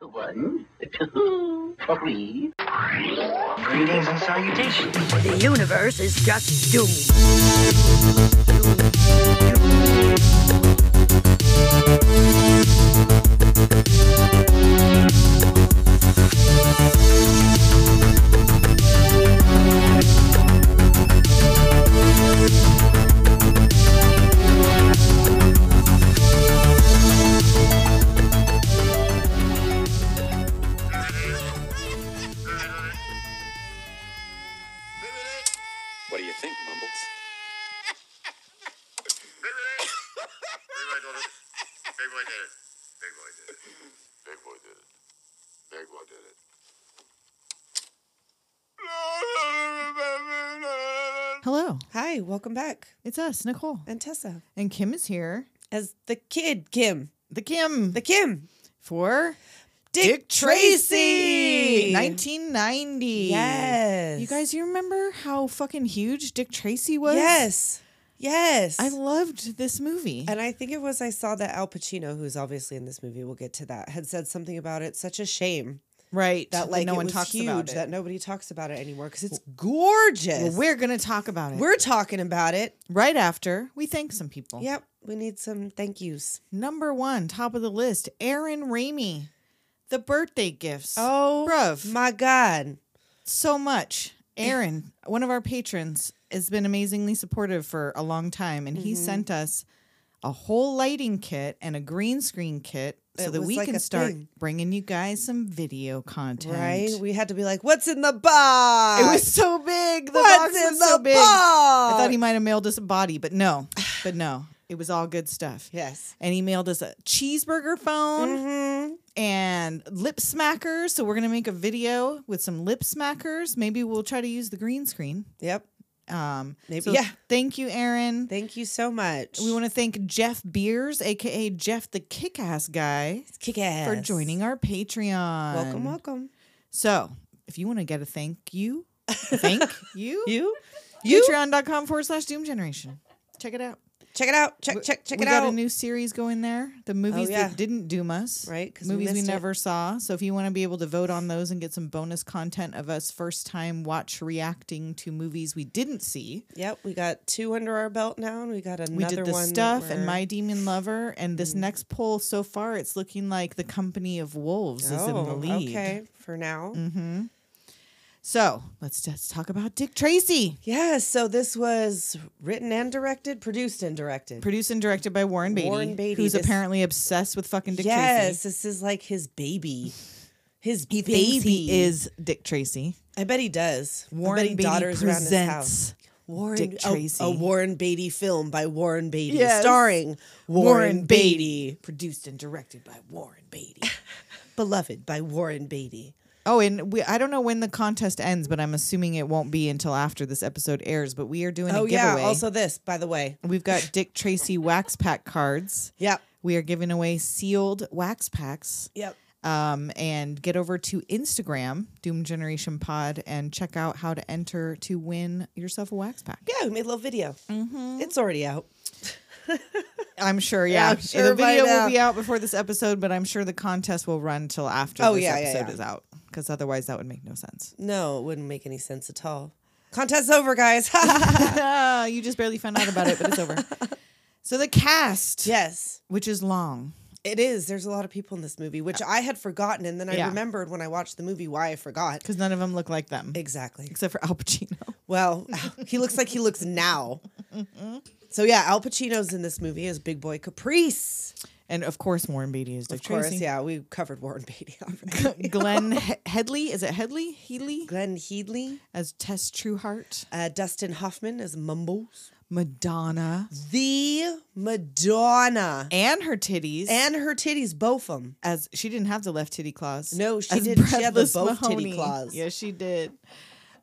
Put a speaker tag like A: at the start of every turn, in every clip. A: One, two, three.
B: Greetings and salutations.
C: The universe is just doomed.
D: What do you think, Mumbles?
E: Big boy did it. Big boy did it. Big boy did it. Big boy did it. Big boy did it.
F: Hello,
G: Hi, welcome back.
F: it's us, Nicole,
G: And Tessa.
F: and Kim is here.
G: As the kid, Kim.
F: The Kim
G: The Kim.
F: for
G: Dick, Tracy.
F: 1990.
G: Yes.
F: you guys, you remember how fucking huge Dick Tracy was?
G: Yes. Yes.
F: I loved this movie.
G: and I think it was I saw that Al Pacino, who's obviously in this movie, we'll get to that, had said something about it. Such a shame
F: right,
G: that like
F: no
G: it
F: one
G: was
F: talks
G: huge,
F: about it.
G: that nobody talks about it anymore because it's gorgeous.
F: Well, we're gonna talk about it.
G: we're talking about it.
F: right after we thank some people.
G: Yep, we need some thank yous.
F: Number one, top of the list, Aaron Ramey, the birthday gifts.
G: Oh,
F: bruv,
G: my God,
F: so much. Aaron, one of our patrons, has been amazingly supportive for a long time, and
G: Mm-hmm.
F: he sent us a whole lighting kit and a green screen kit so
G: It
F: that
G: was
F: we
G: like
F: can
G: a
F: start
G: thing.
F: bringing you guys some video content.
G: right? We had to be like, what's in the box?
F: It was so big. The
G: what's
F: box
G: in
F: was
G: the
F: so big. I
G: box?
F: thought he might have mailed us a body, but no, but no, it was all good stuff.
G: yes.
F: And he mailed us a cheeseburger phone
G: Mm-hmm.
F: and lip smackers. So we're gonna make a video with some lip smackers. Maybe we'll try to use the green screen.
G: Yep.
F: Um,
G: Maybe-
F: so
G: yeah.
F: Thank you, Aaron.
G: Thank you so much.
F: we want to thank Jeff Beers, aka Jeff the Kickass Guy,
G: to kick ass
F: for joining our Patreon.
G: Welcome, welcome.
F: So, if you want to get a thank you, thank you,
G: You
F: Patreon.com forward slash Doom Generation. Check it out.
G: check it out. Check check check
F: we
G: it
F: got
G: out. Oh,
F: a new series going there. The movies
G: yeah.
F: that didn't doom us,
G: Right, 'cause we
F: Movies we,
G: missed it.
F: never saw. So if you want to be able to vote on those and get some bonus content of us first time watch reacting to movies we didn't see,
G: yep, we got two under our belt now, and we got another
F: we did the
G: one. that
F: stuff and
G: we're- Mm.
F: my demon lover. And this next poll so far, it's looking like the company of wolves is in the
G: Oh,
F: lead. Mm-hmm.
G: okay. For now,
F: So let's just talk about Dick Tracy,
G: yeah. So this was written and directed, produced and directed.
F: produced and directed by Warren Beatty,
G: Warren Beatty,
F: who's
G: this-
F: apparently obsessed with fucking Dick
G: yes,
F: Tracy.
G: this is like his baby. His
F: He
G: baby
F: thinks he is Dick Tracy.
G: I bet he does. I bet
F: Warren
G: he
F: Beatty
G: daughters around his house.
F: presents
G: Warren
F: Dick
G: a-
F: Tracy.
G: A, Warren Beatty film by Warren Beatty,
F: Yes.
G: starring Warren, Beatty,
F: produced and directed by Warren Beatty.
G: beloved by Warren Beatty.
F: Oh, and we, I don't know when the contest ends, but I'm assuming it won't be until after this episode airs. But we are doing
G: Oh
F: a giveaway.
G: yeah, also this, by the way.
F: we've got Dick Tracy wax pack cards.
G: Yep,
F: We are giving away sealed wax packs.
G: yep.
F: Um, and get over to Instagram, Doom Generation Pod, and check out how to enter to win yourself a wax pack.
G: Yeah, we made a little video.
F: Mm-hmm.
G: It's already out.
F: I'm sure. Yeah,
G: I'm sure
F: the
G: by
F: video
G: now.
F: will be out before this episode, but I'm sure the contest will run till after
G: Oh,
F: this
G: yeah, yeah,
F: episode
G: yeah.
F: is out, because otherwise that would make no sense.
G: No, it wouldn't make any sense at all. Contest over, guys.
F: Ah, you just barely found out about it, but it's over. So the cast,
G: yes,
F: which is long,
G: it is. There's a lot of people in this movie, which I had forgotten, and then I
F: Yeah.
G: remembered when I watched the movie why I forgot.
F: because none of them look like them
G: Exactly.
F: except for Al Pacino.
G: Well, he looks like he looks now.
F: Mm-hmm.
G: So yeah, Al Pacino's in this movie as Big Boy Caprice.
F: And of course, Warren Beatty is Dick
G: Of course,
F: Tracy.
G: yeah, we covered Warren Beatty already.
F: Glenn he- Headley, is it Headley? Healy
G: Glenn Headley,
F: as Tess Trueheart.
G: uh, Dustin Hoffman as Mumbles,
F: Madonna
G: the Madonna,
F: and her titties.
G: and her titties, both of them.
F: as she didn't have the left titty claws.
G: No, she
F: as
G: didn't. She had the
F: Breathless
G: both titty
F: Mahoney.
G: claws.
F: Yes, she did.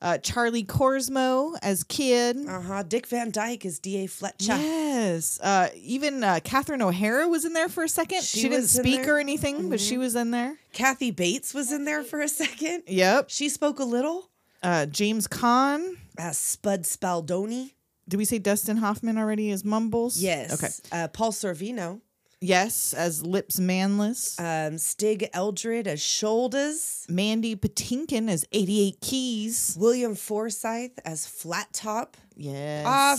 F: Uh, Charlie Corsmo as Kid.
G: Uh huh. Dick Van Dyke is D.A. Fletcher.
F: Yes. Uh, even uh, Catherine O'Hara was in there for a second.
G: She
F: She, didn't
G: was in
F: speak
G: there. Mm-hmm.
F: or anything, but she was in there.
G: Kathy Bates was in there for a second.
F: Yep.
G: She spoke a little.
F: Uh, James Caan.
G: Uh, Spud Spaldoni.
F: Did we say Dustin Hoffman already as Mumbles?
G: Yes.
F: Okay.
G: Uh, Paul Sorvino
F: Yes, as Lips Manless.
G: Um, Stig Eldred as Shoulders.
F: Mandy Patinkin as 88 Keys.
G: William Forsythe as Flat Top.
F: Yes. Mm-hmm.
G: Our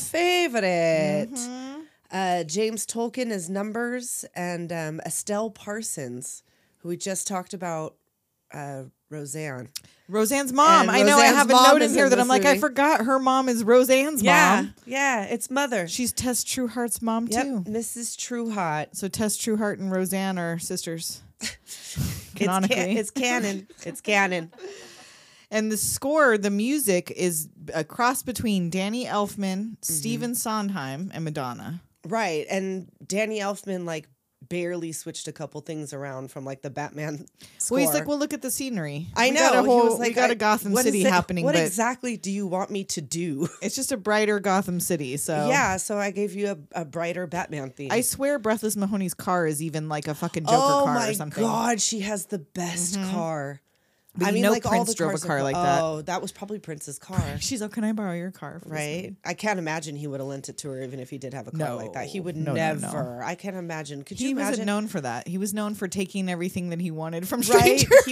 G: favorite. Uh, James Tolkien as Numbers and um, Estelle Parsons, who we just talked about, uh, Roseanne.
F: Roseanne's mom.
G: And
F: I know I
G: Roseanne's
F: have a
G: mom
F: note in
G: is
F: here
G: in
F: that
G: this
F: I'm like, I
G: movie.
F: forgot her mom is Roseanne's mom.
G: yeah, it's mother.
F: She's Tess Trueheart's mom
G: Yep,
F: too.
G: Mrs. Trueheart.
F: So Tess Trueheart and Roseanne are sisters.
G: It's,
F: Canonically.
G: ca- it's canon. It's canon.
F: and the score, the music is a cross between Danny
G: Mm-hmm.
F: Elfman, Stephen Sondheim, and Madonna.
G: Right. And Danny Elfman like barely switched a couple things around from like the Batman score.
F: Well, he's like, well, look at the scenery.
G: I
F: We
G: know.
F: Got a
G: He
F: whole,
G: was
F: we got
G: I-
F: a Gotham
G: what is
F: City
G: it-
F: happening,
G: What
F: but
G: exactly do you want me to do?
F: it's just a brighter Gotham City. So
G: Yeah, so I gave you a, a brighter Batman theme.
F: I swear, Breathless Mahoney's car is even like a fucking Joker
G: oh
F: car
G: my
F: or something. Mm-hmm.
G: god, she has the best car.
F: But
G: I
F: you
G: mean,
F: know
G: like all
F: Prince
G: the
F: drove a
G: cars are
F: car
G: cool.
F: like that.
G: Oh, that was probably Prince's car,
F: She's like, can I borrow your car? For this
G: right? I can't imagine he would have lent it to her even if he did have a car like that. He
F: No,
G: would
F: no, no,
G: never.
F: no.
G: I can't imagine. Could
F: He
G: you
F: wasn't
G: imagine?
F: known for that. He was known for taking everything that he wanted from
G: Right?
F: strangers.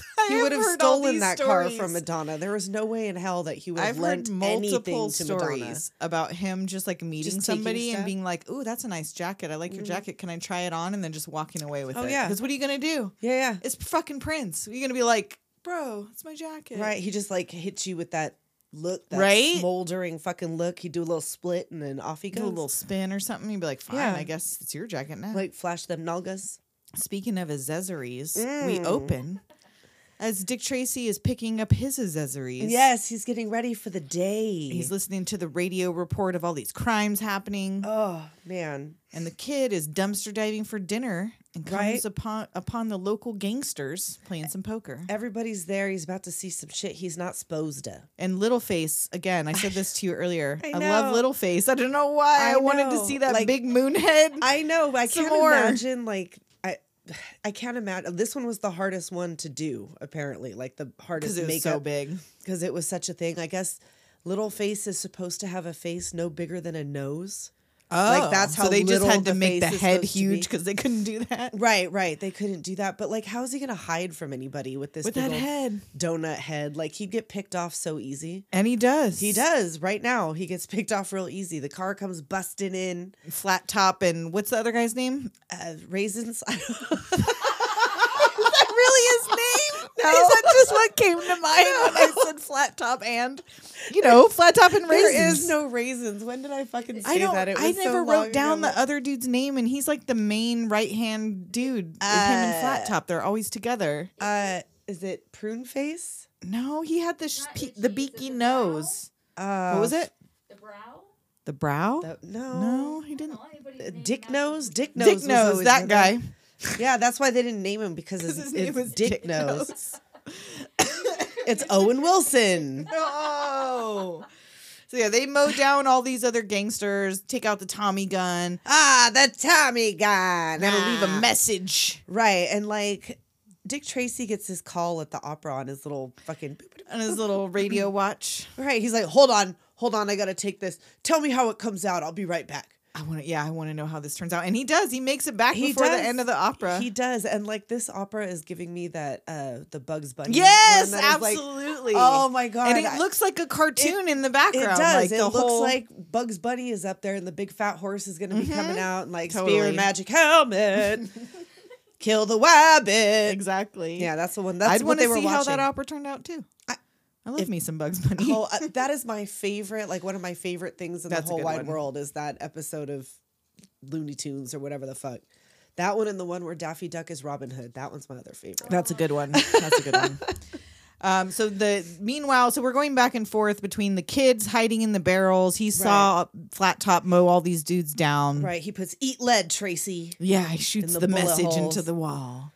G: He-
F: I
G: He would have
F: heard all
G: stolen
F: these
G: that car
F: stories.
G: from Madonna. There was no way in hell that he would have
F: I've heard
G: lent
F: multiple
G: anything to Madonna.
F: stories about him just like meeting
G: taking
F: somebody
G: stuff?
F: and
G: Mm-hmm.
F: being like, "Ooh, that's a nice jacket. I like your jacket. Can I try it on?" And then just walking away with
G: Oh,
F: it.
G: yeah.
F: Because what are you gonna do?
G: Yeah,
F: It's fucking Prince. You're gonna be like, "Bro, it's my jacket."
G: yeah. Right. He just like hits you with that look, that
F: Right?
G: smoldering fucking look. He'd do a little split and then off he
F: Do
G: goes.
F: a little spin or something. You'd be like, "Fine,
G: Yeah.
F: I guess it's your jacket now."
G: like flash them nalgas.
F: Speaking of Azezeries, we
G: Mm.
F: open as Dick Tracy is picking up his Azezeries.
G: Yes, he's getting ready for the day.
F: He's listening to the radio report of all these crimes happening.
G: oh man.
F: And the kid is dumpster diving for dinner and comes
G: Right. Eh,
F: upon upon the local gangsters playing some poker.
G: Everybody's there. He's about to see some shit he's not supposed to.
F: And Littleface, again, I said this to you earlier. I,
G: I
F: love
G: know.
F: Littleface. I don't know why I,
G: I
F: wanted to
G: know.
F: see that
G: Like-
F: big moon head.
G: I know. I
F: Some
G: can't
F: more.
G: imagine like I I can't imagine this one was the hardest one to do, apparently. Like the
F: Because
G: hardest
F: it was so
G: makeup
F: big.
G: because it was such a thing. I guess little face is supposed to have a face no bigger than a nose.
F: Oh,
G: that's
F: so
G: how
F: they just
G: little
F: had
G: the
F: to make the
G: face is
F: head
G: supposed to be.
F: huge because they couldn't do that
G: Right, right. They couldn't do that. But like how is he gonna hide from anybody with this
F: with
G: big
F: that
G: old
F: head.
G: donut head? Like he'd get picked off so easy.
F: And he does.
G: He does right now. He gets picked off real easy. The car comes busting in.
F: Flat top and what's the other guy's name?
G: Uh, raisins.
F: that really his name?
G: No.
F: Is that just what came to mind when I said flat top and, you know, flat top and raisins?
G: there is no raisins. When did I fucking say
F: I don't.
G: that? It
F: I
G: was so
F: never
G: long
F: wrote down
G: ago.
F: the uh, other dude's name, and he's like the main right hand dude. Uh, him and Flat Top, they're always together.
G: Uh, is it prune face?
F: No, he had the sh- pe- the beaky nose.
G: Uh,
F: What was it? The brow. Oh. The brow?
G: the- no.
F: no, he didn't.
G: Uh, Dick nose. Dick nose.
F: Dick
G: was
F: nose.
G: always
F: That
G: in
F: guy.
G: there. Yeah, that's why they didn't name him because his,
F: his name
G: it's
F: was
G: Dick,
F: Dick
G: nose. it's Owen Wilson.
F: Oh. So yeah, they mow down all these other gangsters, take out the Tommy gun,
G: Ah, the Tommy guy.
F: and leave
G: Ah.
F: a message.
G: Right, and like. Dick Tracy gets his call at the opera on his little fucking
F: on his little radio watch.
G: Right. He's like, hold on, hold on, I gotta take this. Tell me how it comes out. I'll be right back.
F: I want to. Yeah, I want to know how this turns out. And he does. He makes it back before the end of the opera.
G: He does. And like this opera is giving me that uh the Bugs Bunny.
F: Yes,
G: one that is, like,
F: absolutely.
G: oh my god.
F: And it
G: I-
F: looks like a cartoon in the
G: it
F: background.
G: does.
F: Like
G: it
F: the
G: looks
F: whole- Mm-hmm.
G: like Bugs Bunny is up there and the big fat horse is gonna be coming out and like spear
F: Totally.
G: and magic helmet. Kill the wabbit.
F: exactly.
G: Yeah, that's the one. That's
F: I'd
G: what
F: want
G: they
F: to
G: were
F: see
G: watching.
F: how that opera turned out too. I, love me some Bugs Bunny.
G: Oh, uh, that is my favorite. Like one of my favorite things in
F: That's a
G: the whole
F: good
G: wide
F: one.
G: world is that episode of Looney Tunes or whatever the fuck. That one and the one where Daffy Duck is Robin Hood. That one's my other favorite.
F: That's a good one. That's a good one. Um, so the meanwhile, so we're going back and forth between the kids hiding in the barrels. He saw Flat Top mow all these dudes down.
G: Right. He puts eat lead, Tracy.
F: Yeah, he shoots the,
G: the bullet
F: message
G: holes.
F: into the wall.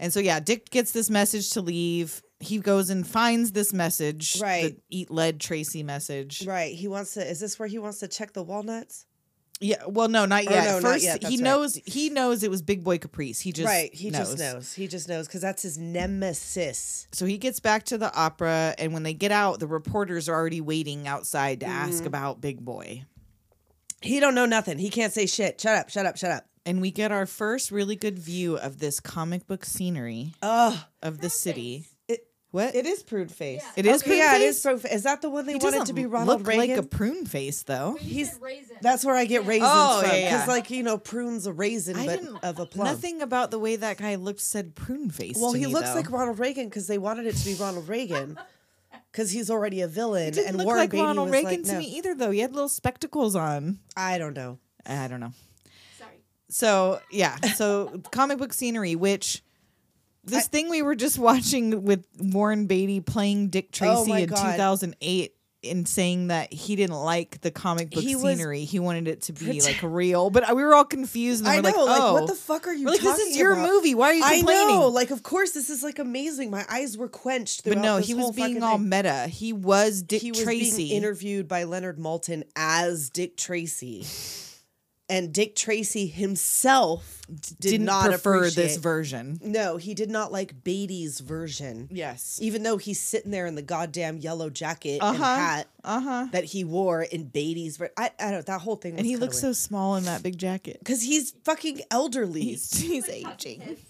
F: And so yeah, Dick gets this message to leave. He goes and finds this message,
G: Right.
F: The eat lead Tracy message.
G: Right. He wants to. Is this where he wants to check the walnuts?
F: Yeah, well, no, not
G: Or
F: yet.
G: no, not
F: First,
G: yet,
F: he
G: that's right.
F: knows he knows it was Big Boy Caprice. He just
G: right. He just knows. He just knows because that's his nemesis.
F: So he gets back to the opera, and when they get out, the reporters are already waiting
G: Mm-hmm.
F: outside to ask about Big Boy.
G: He don't know nothing. He can't say shit. Shut up. Shut up. Shut up.
F: and we get our first really good view of this comic book scenery
G: Ugh.
F: of the city.
G: It-
F: what?
G: It is prune face.
F: It is
G: Okay, yeah,
F: prune
G: it is
F: face?
G: prune face. Is that the one they
F: He
G: wanted
F: doesn't
G: to be Ronald
F: look
G: Reagan?
F: like a prune face though.
G: He's-
H: raisin.
G: That's where I get raisins
F: Oh,
G: from. Because,
F: yeah, yeah.
G: like, you know, prune's a raisin,
F: I
G: but
F: didn't-
G: of a plum.
F: Nothing about the way that guy looked said prune face.
G: Well,
F: to
G: he
F: me,
G: looks
F: though.
G: like Ronald Reagan because they wanted it to be Ronald Reagan because he's already a villain.
F: He didn't
G: and
F: look
G: Warren
F: like
G: Beatty
F: Ronald
G: was
F: Reagan
G: like,
F: to
G: no,
F: me e-, either, though. He had little spectacles on.
G: I don't know.
F: I don't know.
H: Sorry.
F: So yeah, so comic book scenery, which this thing we were just watching with Warren Beatty playing Dick
G: Oh
F: Tracy
G: my
F: in
G: God.
F: 2008 and saying that he didn't like the comic book
G: He was
F: scenery. He wanted it to be like real, but uh, we were all confused and
G: I
F: we're
G: know.
F: like,
G: Like,
F: oh,
G: what the fuck are you
F: We're like,
G: talking
F: this is your
G: about?
F: movie. Why are you
G: I
F: complaining?
G: know. Like, of course, this is like amazing. My eyes were quenched.
F: but
G: throughout
F: no,
G: this
F: he was
G: whole fucking
F: being all
G: thing.
F: meta. He was Dick
G: he was
F: Tracy.
G: being interviewed by Leonard Maltin as Dick Tracy, and Dick Tracy himself did
F: didn't
G: not
F: prefer this
G: appreciate-
F: version.
G: No, he did not like Beatty's version.
F: Yes.
G: even though he's sitting there in the goddamn yellow jacket and
F: Uh-huh.
G: hat
F: Uh huh.
G: that he wore in Beatty's. ver- I, I don't. That whole thing. Was
F: And he looks so small in that big jacket.
G: because he's fucking elderly.
F: He's, he's aging.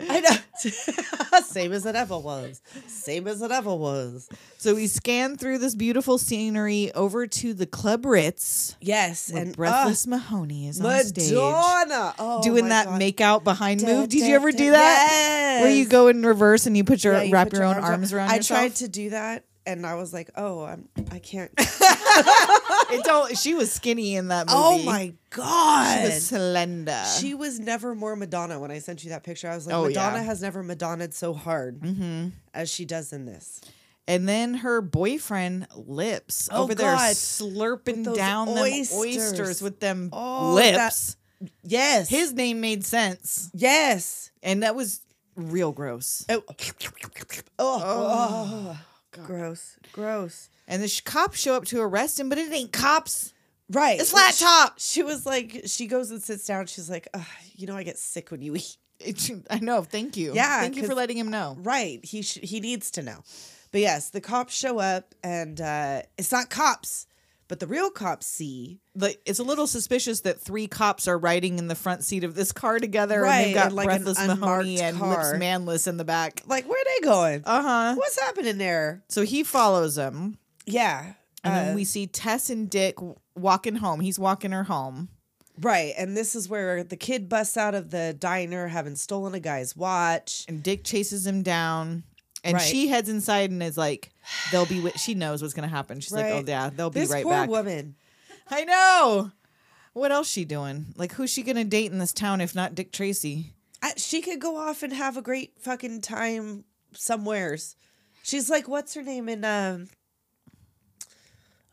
G: I know. Same as it ever was. Same as it ever was.
F: So we scan through this beautiful scenery over to the Club Ritz,
G: Yes,
F: where
G: and
F: Breathless
G: uh,
F: Mahoney is on stage
G: Madonna. Oh,
F: doing
G: my
F: that
G: God.
F: makeout behind
G: Da,
F: move. Did
G: da,
F: you ever
G: da.
F: do that? Where you
G: Yes.
F: go in reverse and you put your
G: Yeah, you
F: wrap
G: put
F: your, own
G: ar-
F: arms around
G: I
F: yourself.
G: tried to do that, and I was like, oh, I'm. I can't.
F: It don't. She was skinny in that movie.
G: oh my god.
F: She was slender.
G: She was never more Madonna when I sent you that picture. I was like,
F: Oh,
G: Madonna
F: yeah.
G: has never Madonna'd so hard as she does in this.
F: Mm-hmm. and then her boyfriend lips
G: Oh,
F: over there
G: God.
F: slurping
G: With those
F: down
G: oysters.
F: them oysters with them
G: Oh,
F: lips.
G: Yes.
F: His name made sense,
G: yes.
F: and that was real gross.
G: Oh, oh, oh. gross. Gross.
F: And the sh- cops show up to arrest him, but it ain't cops.
G: Right.
F: It's flat
G: She-
F: top.
G: She was like, she goes and sits down. She's like, "Ugh, you know, I get sick when you eat.
F: It, I know. Thank you.
G: Yeah,
F: Thank you for
G: 'cause-
F: letting him know.
G: Right. He sh- he needs to know. But yes, the cops show up, and uh, it's not cops, but the real cops see
F: But it's a little suspicious that three cops are riding in the front seat of this car together, and
G: Right,
F: they've got
G: and like an
F: breathless Mahoney
G: unmarked
F: and
G: car. Uh-huh.
F: lips manless in the back.
G: like, where are they going?
F: Uh huh.
G: What's happening there?
F: So he follows him,
G: Yeah.
F: and
G: Uh,
F: then we see Tess and Dick w- walking home. He's walking her home.
G: Right. And this is where the kid busts out of the diner having stolen a guy's watch.
F: and Dick chases him down. And
G: Right.
F: she heads inside and is like, "They'll be." Wi- she knows what's gonna happen. She's like, "Oh
G: Right.
F: yeah, they'll be
G: This
F: right
G: poor
F: back."
G: woman.
F: I know. What else she doing? Like, who's she gonna date in this town if not Dick Tracy?
G: I, she could go off and have a great fucking time somewheres. She's like, what's her name in um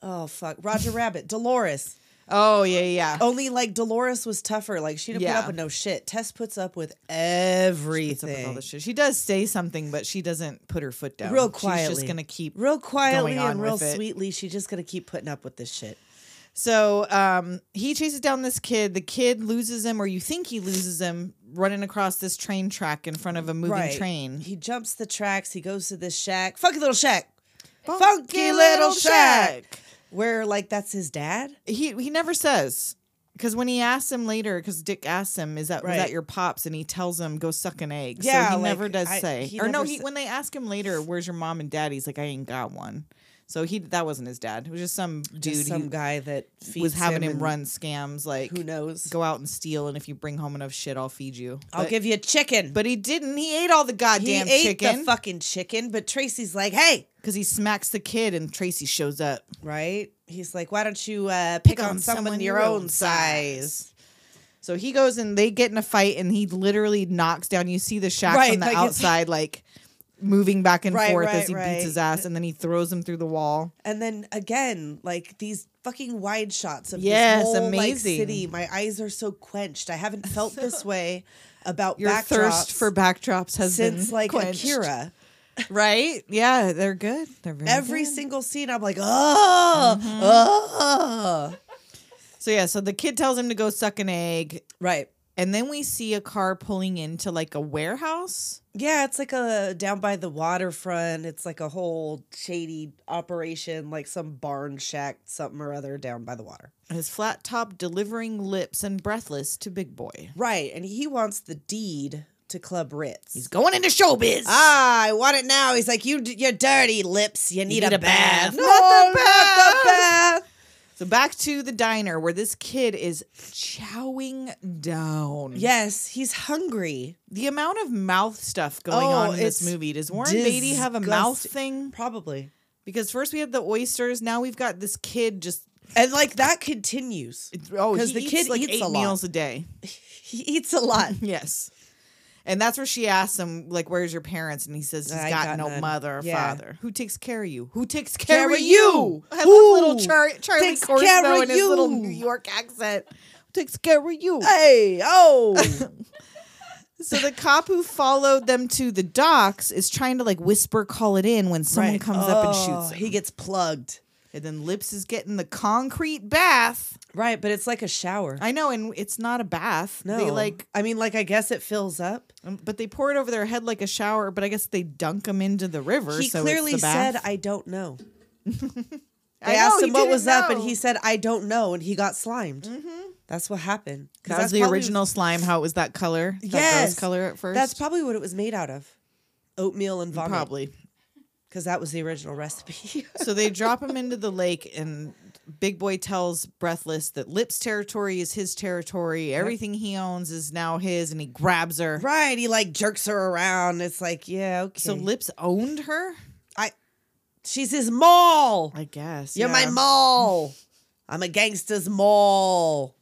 G: Oh fuck. Roger Rabbit. Dolores.
F: Oh yeah, yeah.
G: Only like Dolores was tougher. Like she didn't
F: Yeah.
G: put up with no shit. Tess puts up with
F: Puts up with all
G: everything.
F: this shit. She does say something, but she doesn't put her foot down.
G: Real
F: She's
G: quietly.
F: just gonna keep.
G: Real quietly
F: on
G: and real
F: with it.
G: sweetly, she's just gonna keep putting up with this shit.
F: So um, he chases down this kid. The kid loses him, or you think he loses him, running across this train track in front of a moving train.
G: He jumps the tracks. He goes to this shack, funky little shack, funky, little, shack. Where like that's his dad.
F: he he never says because when he asks him later because dick asks him is that was
G: Right.
F: that your pops and he tells him go suck an egg
G: Yeah,
F: so he
G: like,
F: never does
G: I-
F: say
G: he
F: or no
G: never
F: he
G: sa-
F: when they ask him later where's your mom and dad he's like i ain't got one so he that wasn't his dad it was just some dude
G: Just some
F: who
G: guy that feeds
F: was having him,
G: and
F: run scams like
G: Who knows?
F: go out and steal and if you bring home enough shit i'll feed you
G: I'll
F: But-
G: give you a chicken.
F: but he didn't he ate all the
G: he
F: goddamn
G: ate the
F: chicken
G: fucking chicken. But Tracy's like, hey,
F: because he smacks the kid and tracy shows up
G: right? He's like, why don't you uh, pick, on, someone, your own size?
F: So he goes and they get in a fight, and he literally knocks down. You see the shack
G: Right,
F: from the
G: like it's-
F: outside, like moving back and
G: Right,
F: forth
G: right,
F: as he
G: right.
F: beats his ass, and then he throws him through the wall.
G: And then again, like these fucking wide shots of
F: Yes,
G: this whole, like,
F: amazing.
G: city. My eyes are so quenched. I haven't felt this way about
F: Your
G: backdrops
F: thirst for backdrops has
G: since
F: been
G: like
F: quenched.
G: Akira.
F: right? Yeah, they're good. They're very
G: Every
F: good.
G: single scene, I'm like, oh,
F: Mm-hmm.
G: oh,
F: so yeah. So the kid tells him to go suck an egg.
G: right.
F: And then we see a car pulling into like a warehouse.
G: Yeah, it's like a down by the waterfront. It's like a whole shady operation, like some barn shack, something or other down by the water.
F: His flat top delivering lips and breathless to Big Boy.
G: Right. And he wants the deed to Club Ritz.
F: He's going into showbiz.
G: ah, I want it now. He's like, you, d- your dirty lips. You need,
F: need
G: a,
F: a
G: bath.
F: bath.
G: No,
F: Not the
G: not the bath.
F: So back to the diner where this kid is chowing down.
G: Yes, he's hungry.
F: The amount of mouth stuff going
G: Oh,
F: on in this
G: it's
F: movie. Does Warren Beatty have a mouth
G: disgusting.
F: thing?
G: Probably.
F: Because first we had the oysters, now we've got this kid just
G: And like that continues.
F: oh,
G: 'Cause
F: he the kid like eats eight
G: a lot.
F: meals a day.
G: He eats a lot.
F: Yes. And that's where she asks him, like, where's your parents? And he says, he's
G: I
F: got,
G: got
F: no
G: none."
F: mother or
G: Yeah.
F: father. Who takes care of you? Who takes care,
G: Care
F: of
G: of
F: you?
G: you?
F: I love
G: Who
F: little Char- Charlie
G: takes care of
F: Corso in his little
G: you?
F: New York accent. Who takes care of you?
G: Hey, oh.
F: So the cop who followed them to the docks is trying to, like, whisper, call it in when someone
G: Right.
F: comes up and
G: Oh,
F: shoots him.
G: He gets plugged.
F: and then Lips is getting the concrete bath.
G: Right, but it's like a shower.
F: I know, and it's not a bath.
G: no.
F: They, like,
G: I mean, like, I guess it fills up.
F: um, but they pour it over their head like a shower, but I guess they dunk them into the river.
G: He
F: so it's
G: clearly
F: the bath.
G: said, I don't know.
F: I
G: They
F: know,
G: asked
F: he
G: him what
F: didn't
G: was up, and
F: know.
G: he said, I don't know. And he got slimed. That's what happened. 'Cause
F: That
G: that's
F: was the
G: probably-
F: original slime. How it was that color? that
G: Yes.
F: girl's color at first.
G: That's probably what it was made out of oatmeal and vomit.
F: probably.
G: Because that was the original recipe.
F: so they drop him into the lake, and Big Boy tells Breathless that Lips' territory is his territory. Everything he owns is now his, and he grabs her.
G: right. He like jerks her around. It's like, yeah, okay.
F: So Lips owned her.
G: she's his mall.
F: I guess
G: You're my
F: yeah.
G: mall. I'm a gangster's mall.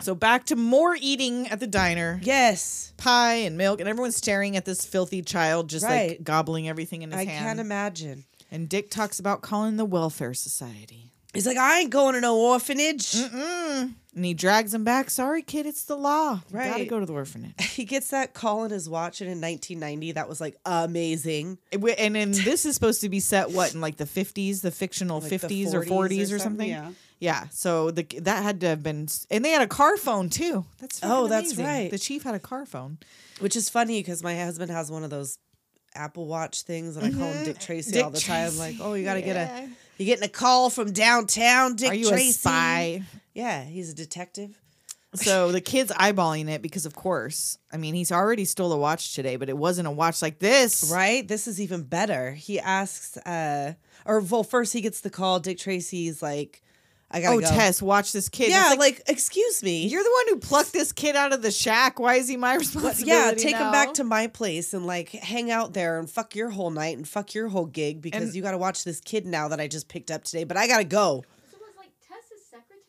F: So back to more eating at the diner,
G: Yes.
F: pie and milk, and everyone's staring at this filthy child just
G: Right.
F: like gobbling everything in his
G: I
F: hand.
G: can't imagine.
F: and Dick talks about calling the welfare society.
G: He's like, I ain't going to no orphanage.
F: Mm. And he drags him back. Sorry, kid, it's the law. You Gotta
G: Right.
F: go to the orphanage.
G: He gets that call in his watch, and in 1990, that was like amazing.
F: It wa- and then this is supposed to be set what in like the fifties, the fictional
G: Like the
F: Oh, fifties
G: 40s
F: or
G: or
F: forties or
G: something,
F: something.
G: yeah.
F: Yeah. So the that had to have been, s- and they had a car phone too. That's
G: Oh,
F: freaking
G: that's
F: amazing.
G: right.
F: The chief had a car phone.
G: Which is funny because my husband has one of those Apple Watch things, and I call him Dick Tracy
F: Mm-hmm. Dick
G: all the time.
F: Tracy.
G: Like, oh, you gotta get a, you getting a call from downtown, Dick
F: Are you
G: Tracy?
F: a spy?
G: Yeah, he's a detective.
F: So the kid's eyeballing it because, of course, I mean, he's already stole a watch today, but it wasn't a watch like this.
G: Right? This is even better. He asks, uh, or well, first he gets the call. Dick Tracy's like, I gotta
F: Oh,
G: go.
F: Tess, watch this kid.
G: Yeah,
F: It's
G: like, excuse me.
F: you're the one who plucked this kid out of the shack. Why is he my responsibility?
G: yeah, take him
F: now?
G: back to my place and like hang out there and fuck your whole night and fuck your whole gig because you got to watch this kid now that I just picked up today. But I gotta go.
H: So was like Tess's secretary?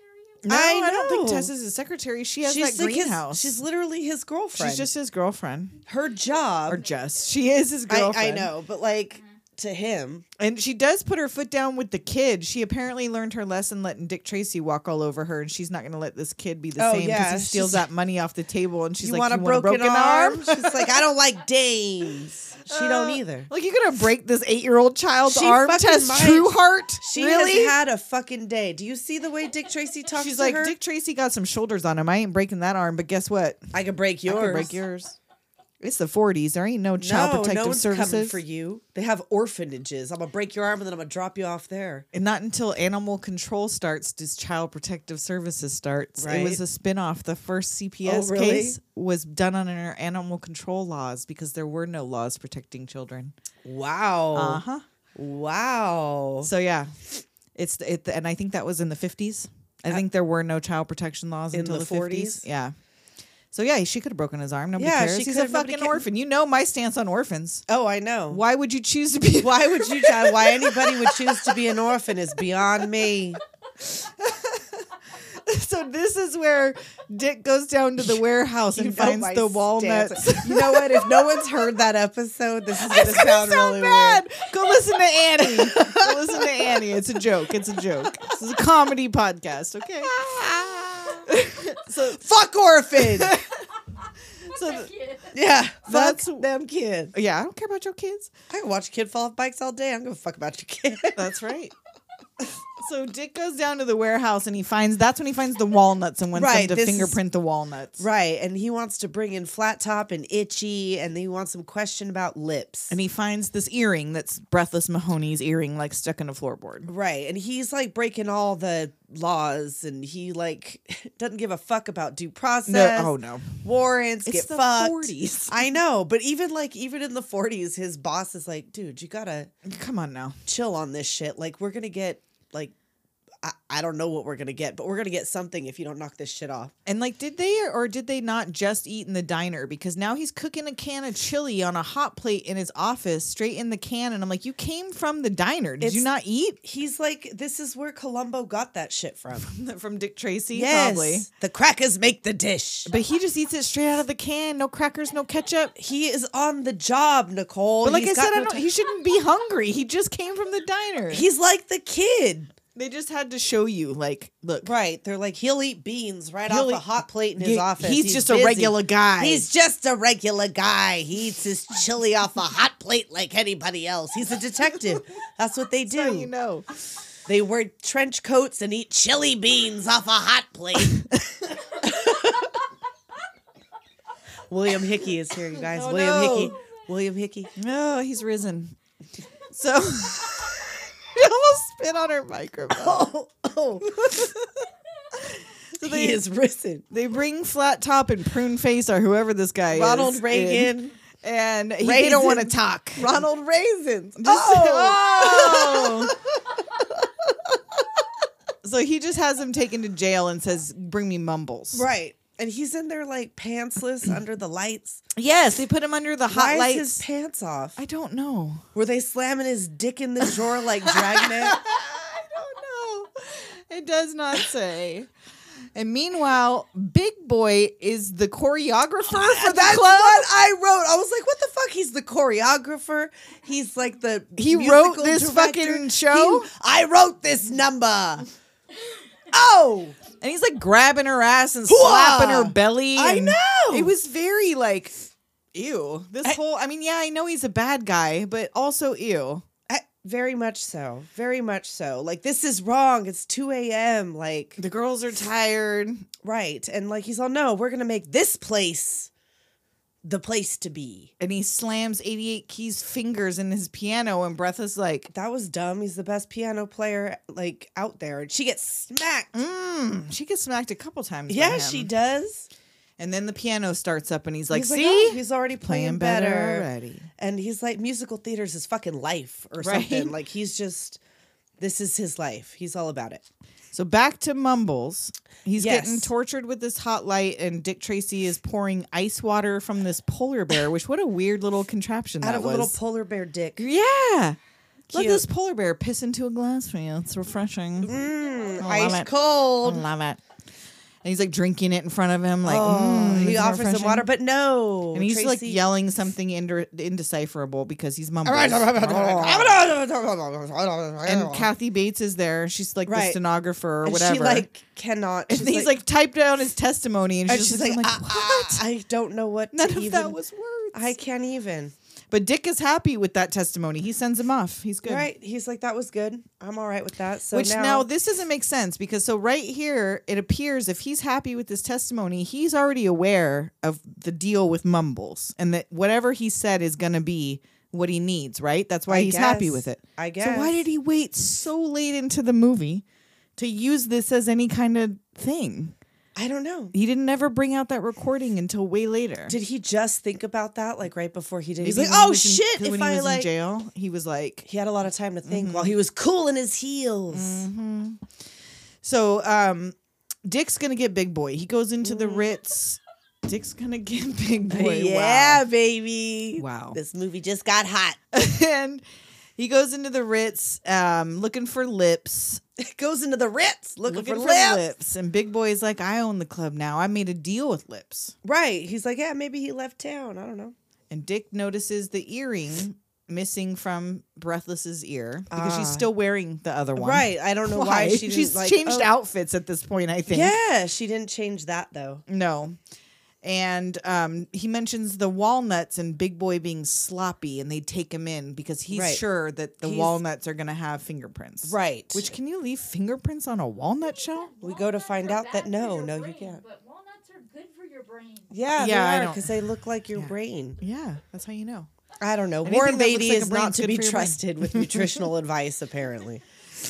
F: No,
G: I
F: I, don't think
G: know.
F: Tess is his secretary. She has that
G: like his-
F: greenhouse.
G: she's literally his girlfriend.
F: she's just his girlfriend,
G: her job.
F: or just she is his
G: I,
F: girlfriend.
G: I know, but like to him,
F: and she does put her foot down with the kid. She apparently learned her lesson, letting Dick Tracy walk all over her, and she's not going to let this kid be the
G: Oh,
F: same because
G: yeah,
F: he steals
G: she's-
F: that money off the table. And she's
G: you
F: like,
G: want a
F: "You
G: broken,
F: arm?
G: arm? Uh, she's like, I don't like dames. She don't either.
F: Like you're going to break this eight year old child's
G: She
F: arm?
G: fucking
F: Tess
G: might.
F: Trueheart,
G: She
F: really?
G: has had a fucking day. Do you see the way Dick Tracy talks
F: she's
G: to
F: like,
G: her?
F: Dick Tracy got some shoulders on him. I ain't breaking that arm, but guess what?
G: I could break
F: I
G: yours.
F: could break yours. It's the 40s. There ain't no child
G: no,
F: protective
G: no one's coming
F: services
G: for you. They have orphanages. I'm gonna break your arm and then I'm gonna drop you off there.
F: And not until animal control starts does child protective services starts. It was
G: Right.
F: a spinoff. The first CPS
G: Oh, really?
F: case was done under animal control laws because there were no laws protecting children.
G: Wow.
F: Uh huh.
G: Wow.
F: So yeah, it's the- it, and I think that was in the fifties. I think there were no child protection laws
G: Uh, in
F: until
G: the
F: the fifties.
G: 40s?
F: Yeah. So yeah, she could have broken his arm. Nobody
G: Yeah,
F: cares.
G: she
F: He's
G: could
F: a
G: have. Nobody
F: fucking
G: ca-
F: orphan. You know my stance on orphans.
G: Oh, I know. Why,
F: Why would you choose to be?
G: why would you? Why anybody would choose to be an orphan is beyond me.
F: so this is where Dick goes down to the warehouse and finds the walnuts.
G: You know what? If no one's heard that episode, this is gonna,
F: It's gonna
G: sound
F: sound
G: really
F: bad. Go listen to Annie. Go listen to Annie. It's a joke. It's a joke. This is a comedy podcast. Okay. so
G: weird. Fuck orphans.
F: so th-
G: yeah.
F: That's-
G: fuck them kids.
F: yeah, I don't care about your kids.
G: I can watch a kid fall off bikes all day. I'm gonna fuck about your kid.
F: That's right. So Dick goes down to the warehouse and he finds that's when he finds the walnuts and wants
G: Right,
F: them to
G: this is-
F: fingerprint the walnuts.
G: Right. And he wants to bring in flat top and itchy, and he wants some question about lips.
F: And he finds this earring that's Breathless Mahoney's earring, like stuck in a floorboard.
G: right. And he's like breaking all the laws, and he like doesn't give a fuck about due process.
F: oh, no.
G: Warrants
F: It's
G: get
F: the
G: fucked.
F: 40s.
G: I know, but even like even in the 40s, his boss is like, dude, you gotta
F: Come on now.
G: chill on this shit. Like we're gonna get like. I, I don't know what we're gonna get, but we're gonna get something if you don't knock this shit off.
F: And like, did they or did they not just eat in the diner? Because now he's cooking a can of chili on a hot plate in his office, straight in the can. And I'm like, you came from the diner. Did you
G: It's-
F: not eat
G: He's like, this is where Columbo got that shit from.
F: from Dick Tracy?
G: Yes,
F: Probably.
G: the crackers make the dish.
F: But he just eats it straight out of the can. No crackers, no ketchup.
G: He is on the job, Nicole.
F: But like
G: He's
F: I said,
G: got
F: I
G: no
F: don't,
G: ti-
F: he shouldn't be hungry. He just came from the diner.
G: He's like the kid,
F: they just had to show you, like, look,
G: right? They're like he'll eat beans right
F: He'll
G: off a
F: eat-
G: hot plate in
F: he-
G: his office.
F: he's just a regular guy.
G: He's just a regular guy. He eats his chili off a hot plate like anybody else. He's a detective. That's what they do.
F: how you know.
G: They wear trench coats and eat chili beans off a hot plate. William Hickey is here, you guys.
F: Oh,
G: William
F: no.
G: Hickey. William Hickey.
F: No, Oh, he's risen. So she almost spit on her microphone.
G: Oh, oh. he is risen.
F: They bring Flat Top and Prune Face or whoever this guy is.
G: Ronald
F: in,
G: Reagan.
F: and he, they don't want to
G: Raisin.
F: talk.
G: Ronald Raisins.
F: Just-
G: oh,
F: Oh. so he just has him taken to jail and says, "Bring me Mumbles."
G: right. And he's in there like pantsless under the lights.
F: Yes, they put him under the hot
G: Why
F: lights.
G: is his pants off?
F: I don't know.
G: Were they slamming his dick in the drawer like Dragnet?
F: I don't know. It does not say. And meanwhile, Big Boy is the choreographer for the
G: That's
F: club.
G: what I wrote. I was like, what the fuck? He's the choreographer. He's like the
F: He
G: musical
F: wrote this
G: director.
F: fucking show?
G: He- I wrote this number. Oh,
F: And he's like grabbing her ass and
G: Hoo-ah!
F: slapping her belly.
G: I
F: and
G: know.
F: It was very like, ew. This whole, I mean, yeah, I know he's a bad guy, but also ew.
G: I- very much so. Very much so. Like this is wrong. It's two a.m. Like
F: The girls are tired.
G: right, and like he's all no. We're gonna make this place the place to be.
F: And he slams 88 Keys' fingers in his piano, and Breath is like,
G: That was dumb. He's the best piano player like out there, and she gets smacked.
F: mm. she gets smacked a couple times. by
G: Yeah,
F: him.
G: she does.
F: And then the piano starts up, and he's like,
G: He's
F: see?
G: oh, he's already playing,
F: playing better
G: better.
F: already.
G: And he's like, musical theater's his fucking life or
F: Right?
G: something. Like he's just, this is his life. He's all about it.
F: So back to Mumbles. He's
G: Yes.
F: getting tortured with this hot light, and Dick Tracy is pouring ice water from this polar bear. Which what a weird little contraption that
G: Out of
F: was.
G: a little polar bear dick.
F: yeah. Let
G: Cute.
F: this polar bear piss into a glass for you. It's refreshing.
G: Mm-hmm.
F: Oh, love
G: Mm, Ice
F: it. I
G: cold.
F: love it. And he's like drinking it in front of him, like
G: Oh,
F: mm,
G: he
F: it's
G: offers him
F: refreshing.
G: water, but no.
F: and he's like
G: Tracy-
F: yelling something inde- indecipherable because he's mumbling. and Kathy Bates is there. She's like the
G: Right.
F: stenographer or
G: And
F: whatever.
G: she like cannot.
F: and
G: she's
F: he's like, typed down his testimony, and,
G: and
F: she's,
G: she's
F: like,
G: like,
F: I'm
G: "Ah,
F: like,
G: ah, I don't know what.
F: None
G: to
F: of
G: even,
F: that was words.
G: I can't even.
F: but Dick is happy with that testimony. He sends him off. He's good.
G: Right? He's like, that was good. I'm all right with that. So
F: Which now,
G: now
F: this doesn't make sense because so right here it appears if he's happy with this testimony, he's already aware of the deal with Mumbles and that whatever he said is going to be what he needs. Right? That's why
G: I
F: he's happy
G: guess.
F: with it.
G: I
F: So why
G: guess.
F: did he wait so late into the movie to use this as any kind of thing?
G: I don't know.
F: He didn't ever bring out that recording until way later.
G: Did he just think about that like right before he did? He's
F: Maybe
G: like,
F: when he
G: oh
F: was in-
G: shit!
F: 'cause
G: If
F: when he
G: I
F: was in
G: like,
F: jail, he was like.
G: he had a lot of time to
F: Mm-hmm.
G: think while he was cooling his heels.
F: So, um, Dick's gonna get big boy. He goes into
G: Mm-hmm.
F: the Ritz. Dick's gonna get big boy.
G: Uh, yeah, baby.
F: Wow.
G: this movie just got hot.
F: wow. and he goes into the Ritz, um, looking for lips,
G: Goes into the Ritz looking,
F: looking
G: for,
F: for
G: lips.
F: lips. And big boy's like, I own the club now. I made a deal with lips.
G: Right? He's like, yeah, maybe he left town. I don't know.
F: And Dick notices the earring missing from Breathless's ear because she's
G: Ah.
F: still wearing the other one.
G: Right? I don't know why, she didn't,
F: she's
G: like,
F: changed
G: oh.
F: outfits at this point. I think.
G: Yeah, she didn't change that though.
F: No. And um, he mentions the walnuts and Big Boy being sloppy, and they take him in because he's
G: Right.
F: sure that the
G: He's-
F: walnuts are going to have fingerprints.
G: Right.
F: Which can you leave fingerprints on a walnut shell?
G: We go to
H: Walnuts
G: find
H: are
G: out that
H: bad for
G: no,
H: your
G: no, you
H: brain,
G: can't.
H: But walnuts are good for your brain.
G: yeah,
F: Yeah, I
G: yeah, they
F: don't-
G: because they look like your
F: Yeah.
G: brain.
F: Yeah, that's how you know.
G: I don't know.
F: Anything
G: Warren
F: that looks
G: Beatty
F: like a
G: is
F: brain's
G: not to
F: good
G: be
F: for your brain.
G: trusted with nutritional advice, apparently.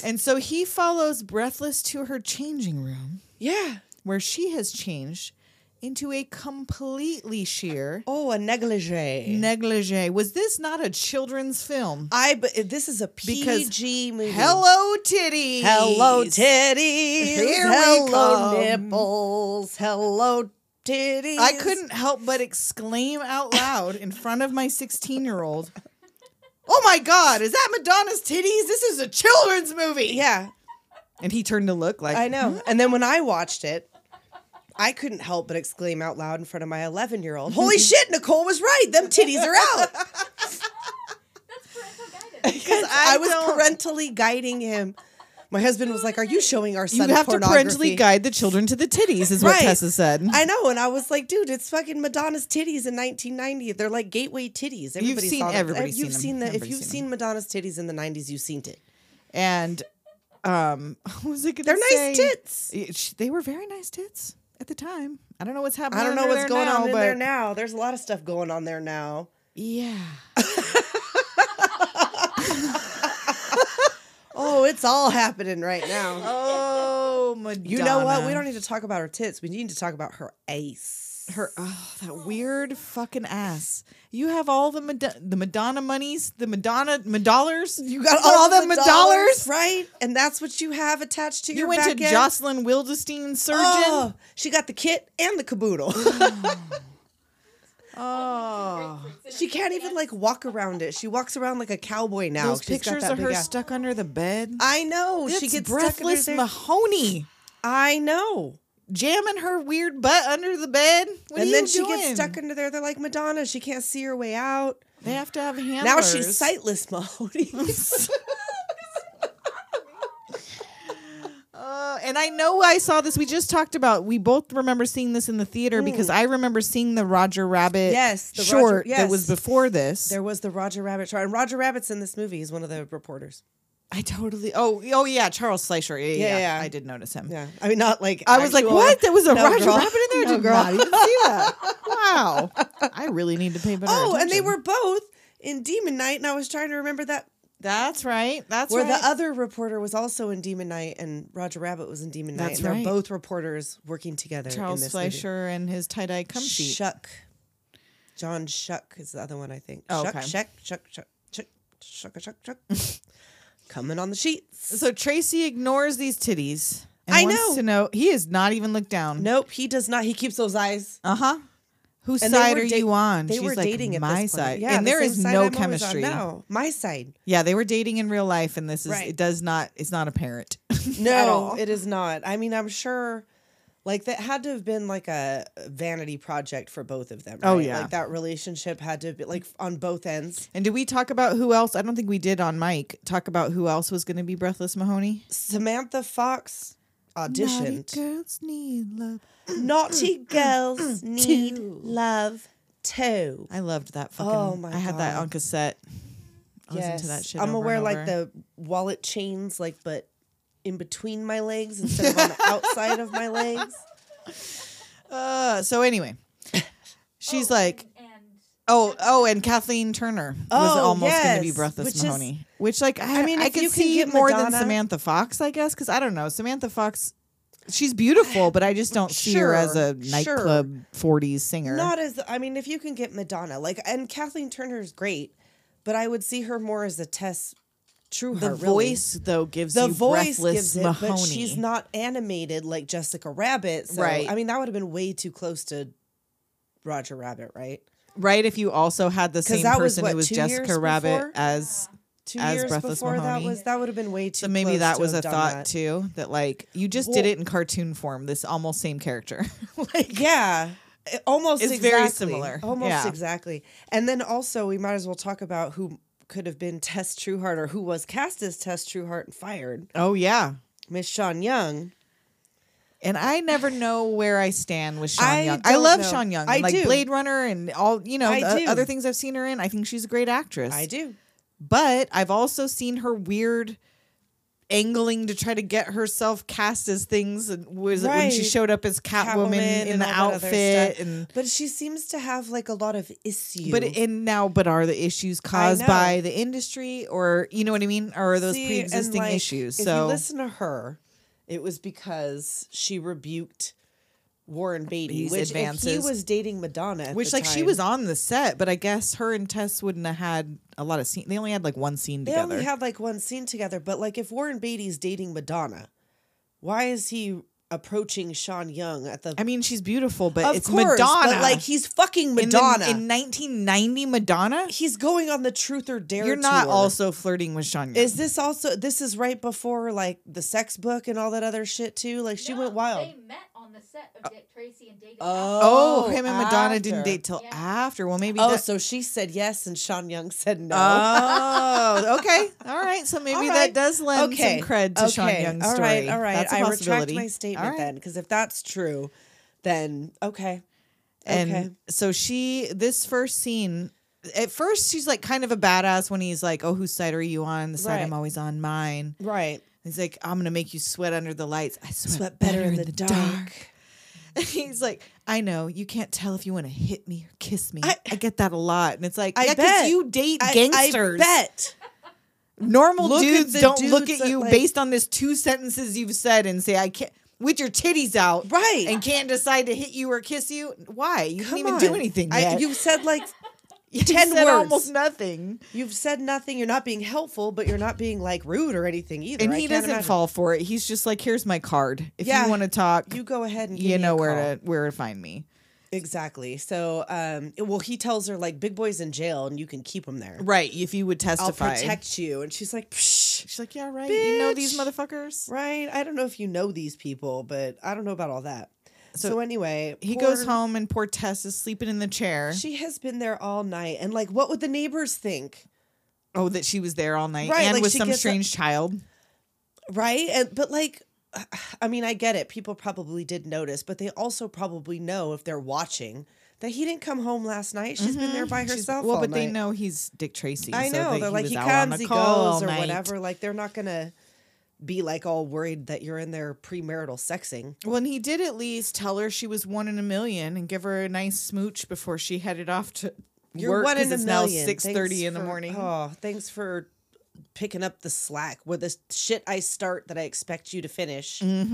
F: And so he follows Breathless to her changing room,
G: Yeah.
F: where she has changed into a completely sheer
G: Oh, a negligee.
F: negligee. Was this not a children's film?
G: I but this is a PG
F: Because
G: movie.
F: Hello, titties.
G: hello titties.
F: Here we
G: hello
F: come.
G: nipples. Hello titties.
F: I couldn't help but exclaim out loud in front of my 16 year old, Oh my God, is that Madonna's titties? This is a children's movie.
G: Yeah,
F: And he turned to look like, "Hmm,
G: I know. And then when I watched it, I couldn't help but exclaim out loud in front of my 11 year old, "Holy shit! Nicole was right. Them titties are out."
H: That's parental guidance.
G: Because
F: I
G: I, was
F: don't-
G: parentally guiding him. My husband was like, "Are you showing our
F: You
G: son
F: have to
G: pornography?"
F: parentally guide the children to the titties, is what
G: Right.
F: Tessa said.
G: I know, and I was like, dude, it's fucking Madonna's titties in 1990. They're like gateway titties. Everybody
F: seen-
G: saw that.
F: everybody's
G: you've
F: seen
G: seen
F: them.
G: the if
F: Everybody's
G: you've
F: seen
G: seen Madonna's titties in the 90s, you've seen it.
F: and um, what was it gonna
G: They're nice
F: say?
G: tits.
F: Yeah, sh- They were very nice tits at the time. I don't know what's happening.
G: I don't know
F: under
G: what's
F: there
G: going
F: now,
G: on in
F: but
G: there now. There's a lot of stuff going on there now.
F: Yeah,
G: Oh, it's all happening right now.
F: Oh, Madonna.
G: You know what? We don't need to talk about her tits. We need to talk about her ace.
F: her. Oh, that weird fucking ass. You have all the Mad- the Madonna monies, the Madonna dollars. You got all the dollars.
G: right? And that's what you have attached to
F: You
G: your
F: went to
G: back end?
F: Jocelyn Wildenstein surgeon.
G: Oh, she got the kit and the caboodle.
F: Oh.
G: She can't even like walk around it. She walks around like a cowboy now.
F: Those
G: She's got
F: pictures
G: that
F: of
G: big
F: her
G: ass-
F: stuck under the bed.
G: I know.
F: That's
G: she gets
F: breathless
G: breathless. Stuck under there.
F: Mahoney
G: I know.
F: jamming her weird butt under the bed. What
G: and
F: are
G: then
F: you
G: she
F: doing?
G: gets stuck under there. They're like Madonna. She can't see her way out.
F: They have to have handlers.
G: Now she's sightless, Mahoney.
F: Uh, and I know I saw this. We just talked about. We both remember seeing this in the theater because I remember seeing the Roger Rabbit
G: Mm. Yes, the Roger-
F: short that
G: yes.
F: was before this.
G: there was the Roger Rabbit show, and Roger Rabbit's in this movie. He's one of the reporters.
F: I totally. Oh, oh yeah, Charles Slasher. Yeah, yeah,
G: Yeah,
F: yeah.
G: yeah.
F: I did notice him.
G: Yeah, I mean, not like
F: I was like,
G: actual-
F: what? There was a
G: No,
F: Roger
G: girl.
F: Rabbit in there?
G: No,
F: I did
G: girl.
F: not even see that. wow. I really need to pay better
G: Oh, and they
F: attention.
G: were both in Demon Night, and I was trying to remember that
F: That's right. That's
G: where
F: right.
G: the other reporter was also in Demon Night and Roger Rabbit was in Demon Night.
F: That's
G: and they're
F: right.
G: both reporters working together. in
F: Charles
G: this
F: Fleischer and his tie dye cum
G: Movie.
F: sheet.
G: Shuck. John Shuck is the other one, I think.
F: Oh,
G: Shuck,
F: okay.
G: Shuck, Shuck, Shuck, Shuck, Shuck, Shuck, Shuck. Coming on the sheets.
F: So Tracy ignores these titties. And
G: I
F: wants
G: know.
F: to know. He has not even looked down.
G: Nope, he does not. He keeps those eyes.
F: Uh huh. Whose
G: And they
F: side
G: were
F: are
G: da-
F: you on?
G: They
F: She's
G: were
F: like,
G: dating at
F: my
G: this point.
F: side.
G: Yeah,
F: and
G: the
F: there
G: same
F: is
G: side
F: no
G: I'm always on
F: chemistry.
G: now. my side.
F: Yeah, they were dating in real life, and this is
G: Right.
F: it. Does not. It's not apparent. at
G: No,
F: all.
G: it is not. I mean, I'm sure like that had to have been like a vanity project for both of them.
F: Oh,
G: right?
F: yeah.
G: Like that relationship had to be like on both ends.
F: and did we talk about who else? I don't think we did on Mike. Talk about who else was going to be Breathless Mahoney.
G: Samantha Fox auditioned.
F: Naughty girls need love.
G: Naughty girls need love too.
F: I loved that fucking.
G: Oh, my
F: I had that
G: God.
F: on cassette. I listened
G: Yes.
F: to that shit.
G: I'm
F: over
G: gonna
F: and
G: wear like
F: over.
G: the wallet chains, like but in between my legs instead of on the outside of my legs.
F: Uh, so anyway, she's like,
H: And
F: oh, oh, and Kathleen Turner was
G: Oh,
F: almost going to be
G: yes,
F: Breathless
G: which is-
F: Mahoney, which like I,
G: I mean,
F: mean, I
G: if
F: could
G: you can
F: see
G: get
F: more than
G: Madonna-
F: Samantha Fox, I guess, because I don't know Samantha Fox. She's beautiful, but I just don't see her as
G: Sure,
F: a nightclub '40s singer.
G: Not as I mean, if you can get Madonna, like and Kathleen Turner's great, but I would see her more as a Tess Trueheart.
F: the
G: really.
F: voice though gives
G: the
F: you
G: voice
F: Breathless
G: gives it,
F: Mahoney.
G: but she's not animated like Jessica Rabbit. So,
F: Right.
G: I mean, that would have been way too close to Roger Rabbit, right?
F: right. If you also had the same
G: that was,
F: person
G: what,
F: who was
G: two years
F: Jessica Rabbit
G: before?
H: uh,
F: as
G: Two
F: As
G: years
F: Breathless
G: before
F: Mahoney.
G: that was that would have been way too.
F: So maybe
G: close
F: that
G: to
F: was a
G: have done
F: thought
G: that.
F: too. That like you just did
G: Well-
F: it in cartoon form. This almost same character. like
G: Yeah. It- Almost
F: It's
G: exactly.
F: very similar.
G: Almost
F: Yeah.
G: exactly. And then also we might as well talk about who could have been Tess Trueheart or who was cast as Tess Trueheart and fired.
F: oh yeah,
G: Miss Sean Young.
F: And I never know where I stand with Sean
G: I
F: Young. I
G: don't
F: love
G: know.
F: Sean Young.
G: I
F: like
G: do.
F: Blade Runner and all you know
G: I
F: the
G: do.
F: other things I've seen her in. I think she's a great actress.
G: I do.
F: But I've also seen her weird angling to try to get herself cast as things and was it when she
G: Right.
F: showed up as Catwoman,
G: Catwoman
F: in
G: and
F: the
G: all that other
F: outfit
G: stuff.
F: and
G: But she seems to have like a lot of issues.
F: but and now but are the issues caused
G: know.
F: by the industry or you know what I mean? Or are those
G: See, and,
F: pre existing
G: like,
F: issues?
G: If
F: So
G: you listen to her, it was because she rebuked Warren Beatty,
F: These
G: which if he
F: advances.
G: was dating Madonna, at
F: Which
G: the
F: like she
G: time-
F: was on the set, but I guess her and Tess wouldn't have had a lot of scene. They only had like one scene
G: They
F: together.
G: only had like one scene together, but like if Warren Beatty's dating Madonna, why is he approaching Sean Young at the?
F: I mean, she's beautiful, but
G: of
F: it's
G: course,
F: Madonna.
G: but like he's fucking
F: In the-
G: Madonna.
F: in 1990, Madonna.
G: he's going on the Truth or Dare.
F: You're not
G: tour.
F: also flirting with Sean. Young.
G: Is this also? This is right before like the sex book and all that other shit too. Like she
H: No,
G: went wild.
H: They met on the set of Dick Tracy and David.
F: oh, him and Madonna didn't
G: after.
F: date till
H: Yeah.
F: after. Well, maybe.
G: Oh,
F: that- Um,
G: so she said yes and Sean Young said no.
F: Oh, okay, all right. So maybe
G: All
F: that
G: right.
F: does lend
G: Okay.
F: some cred to Sean
G: Okay.
F: Young's
G: All
F: story.
G: right, all right.
F: That's a
G: I retract
F: possibility.
G: my
F: All
G: statement
F: right.
G: then, because if that's true, then okay.
F: And
G: Okay.
F: so she, this first scene, at first she's like kind of a badass when he's like, "Oh, whose side are you on? The side
G: Right.
F: I'm always on, mine."
G: Right.
F: He's like, "I'm gonna make you sweat under the lights." I sweat,
G: Sweat better in the, dark.
F: And he's like, "I know you can't tell if you want to hit me or kiss me. I,
G: I-
F: get that a lot." And it's like,
G: I
F: "Yeah, 'cause
G: bet.
F: you date
G: I-
F: gangsters.
G: I, bet.
F: Normal
G: Look at
F: dudes
G: the
F: don't look
G: dudes
F: at
G: that,
F: you
G: like-
F: based on this two sentences you've said and say, "I can't." With your titties out,
G: Right.
F: and can't decide to hit you or kiss you. Why? You
G: Come
F: didn't even
G: on.
F: do anything
G: I-
F: yet.
G: you've said like
F: You
G: 10
F: said
G: words.
F: almost nothing.
G: you've said nothing. You're not being helpful, but you're not being like rude or anything either.
F: And
G: I
F: he
G: can't
F: doesn't
G: imagine.
F: fall for it. He's just like, here's my card. If
G: Yeah.
F: you want to talk,
G: You
F: you,
G: go ahead and give
F: you
G: me
F: know
G: a
F: where
G: call.
F: to where to find me.
G: exactly. So, um, well, he tells her like, "Big boy's in jail, and you can keep him there.
F: Right. If you would
G: I'll
F: testify.
G: protect you." And she's like, Psh.
F: She's like, yeah, right. You know these
G: Bitch.
F: motherfuckers.
G: Right. I don't know if you know these people, but I don't know about all that.
F: So
G: So, anyway,
F: He
G: poor-
F: goes home and poor Tess is sleeping in the chair.
G: She has been there all night, and like, what would the neighbors think?
F: oh, that she was there all night
G: Right,
F: and
G: like
F: with
G: she
F: some
G: gets a-
F: strange child.
G: Right. And but like, I mean, I get it. People probably did notice, but they also probably know if they're watching that he didn't come home last night. She's been there by
F: Mm-hmm. She's-
G: herself.
F: well,
G: all
F: but they
G: night.
F: know he's Dick Tracy.
G: I
F: so
G: know.
F: that
G: they're like,
F: was
G: he
F: out on
G: comes,
F: a
G: he
F: call all
G: goes, or
F: night.
G: whatever. Like, they're not gonna be like all worried that you're in there premarital sexing.
F: When he did at least tell her she was one in a million and give her a nice smooch before she headed off to
G: You're
F: work
G: one in a
F: it's now
G: million.
F: six
G: Thanks
F: thirty in the
G: for-
F: morning.
G: Oh, thanks for picking up the slack where the shit I start that I expect you to finish.
F: Mm.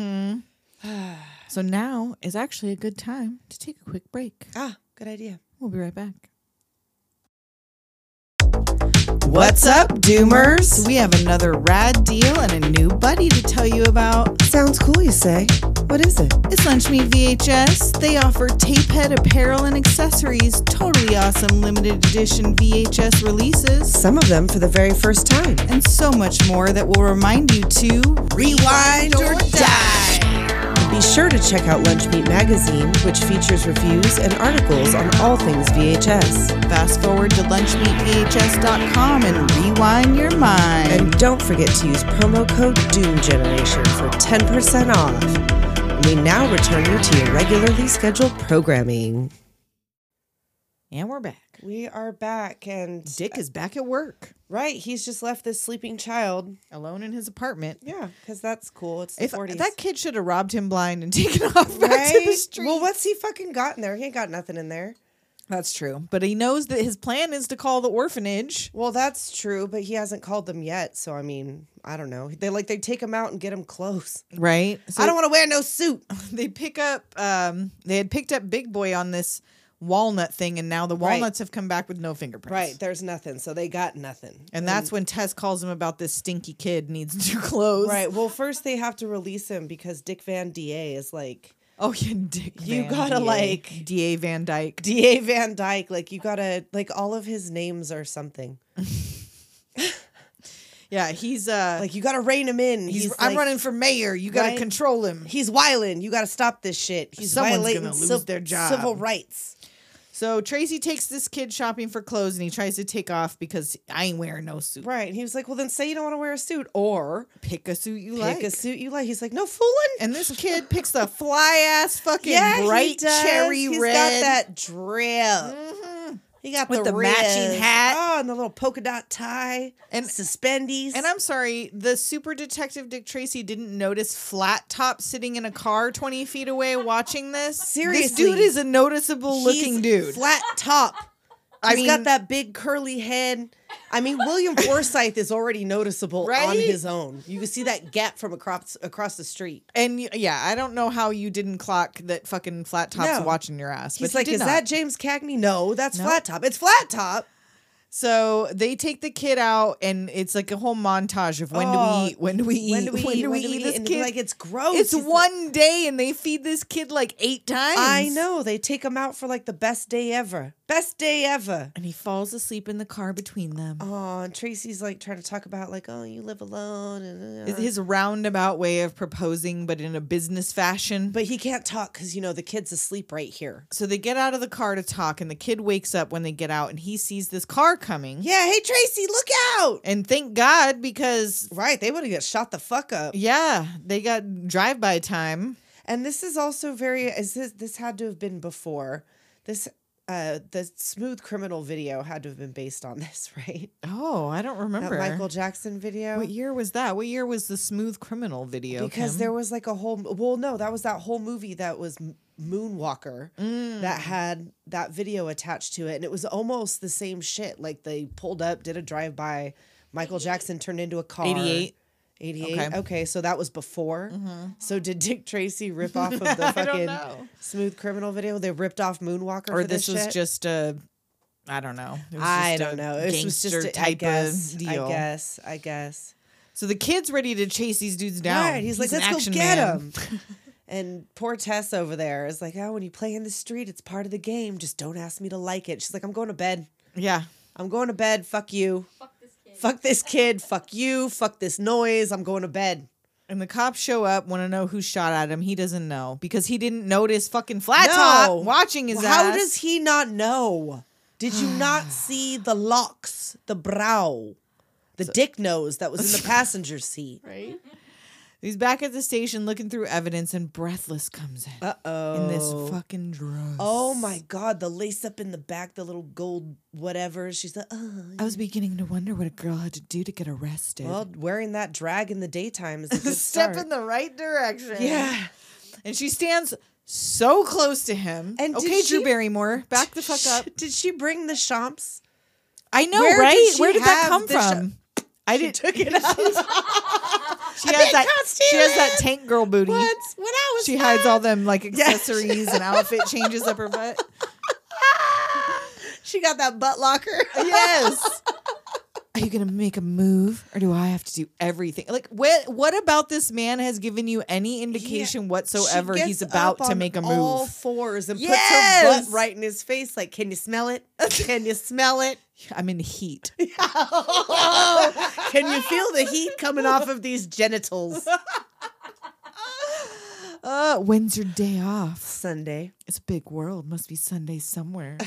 F: Mm-hmm. So now is actually a good time to take a quick break.
G: Ah, good idea.
F: We'll be right back.
G: What's up, Doomers?
F: We have another rad deal and a new buddy to tell you about.
G: Sounds cool, you say. What is it?
F: It's Lunch Meat VHS. They offer Tapehead apparel and accessories, totally awesome limited edition VHS releases,
G: Some of them for the very first time.
F: and so much more that will remind you to
G: Rewind or
F: die.
G: Be sure to check out Lunch Meat Magazine, which features reviews and articles on all things VHS.
F: Fast forward to lunchmeatvhs.com and rewind your mind.
G: And don't forget to use promo code DOOMGENERATION for 10% off. We now return you to your regularly scheduled programming.
F: and we're back.
G: We are back, and
F: Dick is back at work,
G: right, he's just left this sleeping child.
F: alone in his apartment.
G: Yeah, because that's cool. It's the
F: If
G: 40s.
F: that kid should have robbed him blind and taken off back to the street.
G: Well, what's he fucking got in there? He ain't got nothing in there.
F: That's true. But he knows that his plan is to call the orphanage.
G: Well, that's true, but he hasn't called them yet. So I mean, I don't know. They like they take him out and get him clothes.
F: Right. So
G: I don't want to wear no suit.
F: they pick up um they had picked up Big Boy on this walnut thing and now the
G: Right.
F: walnuts have come back with no fingerprints.
G: Right, there's nothing. So they got nothing.
F: And that's when Tess calls him about this stinky kid needs new clothes.
G: Right. Well, first they have to release him because Dick Van Da is like
F: Oh yeah, Dick.
G: You
F: Van
G: gotta,
F: DA.
G: like-
F: DA Van Dyke.
G: Da Van Dyke. Like you gotta like all of his names are something.
F: yeah, he's uh
G: Like you gotta rein him in.
F: he's,
G: He's,
F: I'm
G: like-
F: running for mayor. You gotta
G: Right?
F: control him.
G: He's wildin'. You gotta stop this shit. He's
F: Someone's
G: violating
F: gonna lose
G: civ-
F: their job.
G: civil rights.
F: So Tracy takes this kid shopping for clothes and he tries to take off because I ain't wearing no suit.
G: Right. And he was like, well, then say you don't want to wear a suit or
F: Pick a suit you
G: pick
F: like.
G: a suit you like. He's like, no fooling.
F: and this kid picks the fly ass fucking
G: he
F: bright
G: does.
F: cherry
G: He's
F: red.
G: got
F: Mm-hmm.
G: that uh, drip. He got
F: With the
G: red.
F: matching hat.
G: Oh, and the little polka dot tie and suspendies.
F: And I'm sorry, the super detective Dick Tracy didn't notice Flat Top sitting in a car 20 feet away watching this. this
G: Seriously.
F: dude is a noticeable
G: He's
F: looking dude.
G: Flat top.
F: I
G: He's got
F: mean-
G: that big curly head. I mean, William Forsythe is already noticeable on
F: Right?
G: his own. You can see that gap from across across the street.
F: And y- yeah, I don't know how you didn't clock that fucking Flat Top's
G: No.
F: watching your ass.
G: He's
F: but
G: like,
F: he did
G: is
F: not.
G: that James Cagney? No, that's flat top. It's flat top.
F: So they take the kid out, and it's like a whole montage of when do
G: Oh,
F: we eat, when do we eat,
G: when do we eat? When do we
F: eat this
G: eat? And
F: kid.
G: they're like, oh, it's gross.
F: it's
G: He's like-
F: one day, and they feed this kid like eight times.
G: I know. They take him out for like the best day ever. Best day ever.
F: And he falls asleep in the car between them.
G: Oh, and Tracy's like trying to talk about like, oh, you live alone, and uh,
F: Is his roundabout way of proposing, but in a business fashion.
G: but he can't talk because you know the kid's asleep right here.
F: so they get out of the car to talk, and the kid wakes up when they get out, and he sees this car coming.
G: Yeah, hey Tracy, look out!
F: And thank God because
G: Right, they would have got shot the fuck up.
F: yeah, they got drive by time.
G: And this is also very. Is this this had to have been before this? Uh, the smooth criminal video had to have been based on this, right?
F: Oh, I don't
G: That
F: remember.
G: Michael Jackson video.
F: What year was that? What year was the Smooth Criminal video?
G: because
F: Kim?
G: there was like a whole well no that was that whole movie that was M- moonwalker
F: Mm.
G: that
F: Hmm.
G: had that video attached to it and it was almost the same shit like they pulled up did a drive-by michael jackson turned into a car
F: 88.
G: 88
F: Okay. Mm-hmm.
G: okay, so that was before so did dick tracy rip off of the fucking
F: know.
G: smooth criminal video they ripped off moonwalker
F: or
G: for this,
F: this was
G: shit?
F: just a, I don't know. It was
G: i
F: just
G: don't
F: a
G: know this was just
F: gangster
G: a, I guess,
F: of deal.
G: i guess i guess
F: So the kid's ready to chase these dudes down.
G: Right. He's,
F: an
G: like, let's go
F: action
G: get
F: man."
G: him. and poor Tess over there is like, oh, when you play in the street, it's part of the game. Just don't ask me to like it. She's like, I'm going to bed.
F: Yeah.
G: I'm going to bed. Fuck you.
H: Fuck this kid.
G: Fuck this kid. Fuck you. Fuck this noise. I'm going to bed.
F: And the cops show up, want to know who shot at him. He doesn't know because he didn't notice fucking flat
G: No.
F: top watching his
G: How
F: ass.
G: does he not know? Did you not see the locks, the brow, the dick nose that was in the passenger seat?
F: Right. He's back at the station looking through evidence, and breathless comes in
G: Uh oh.
F: in this fucking dress.
G: Oh my God, the lace up in the back, the little gold whatever. She's like, oh,
F: I was beginning to wonder what a girl had to do to get arrested.
G: Well, wearing that drag in the daytime is a good
F: step
G: start.
F: in the right direction.
G: yeah.
F: And she stands so close to him.
G: And did
F: okay, Drew
G: she-
F: Barrymore, back the fuck up.
G: Did she bring the champs?
F: I know,
G: Where did
F: right?
G: she
F: where did that
G: have
F: come
G: the sh-
F: from? I didn't.
G: Took it out.
F: She has that.
G: can't see
F: She has that
G: it.
F: tank girl booty.
G: Once when I was
F: She hides all
G: five,
F: them like
G: Yes.
F: accessories and outfit changes up her butt.
G: She got that butt locker.
F: Yes. Are you gonna make a move, or do I have to do everything? Like, what? What about this man has given you any indication whatsoever
G: She gets
F: he's about
G: up
F: to
G: on
F: make a move?
G: All fours and puts her
F: Yes.
G: butt right in his face. Like, can you smell it? Can you smell it?
F: I'm in heat.
G: Can you feel the heat coming off of these genitals?
F: Uh, when's your day off?
G: Sunday.
F: It's a big world. Must be Sunday somewhere.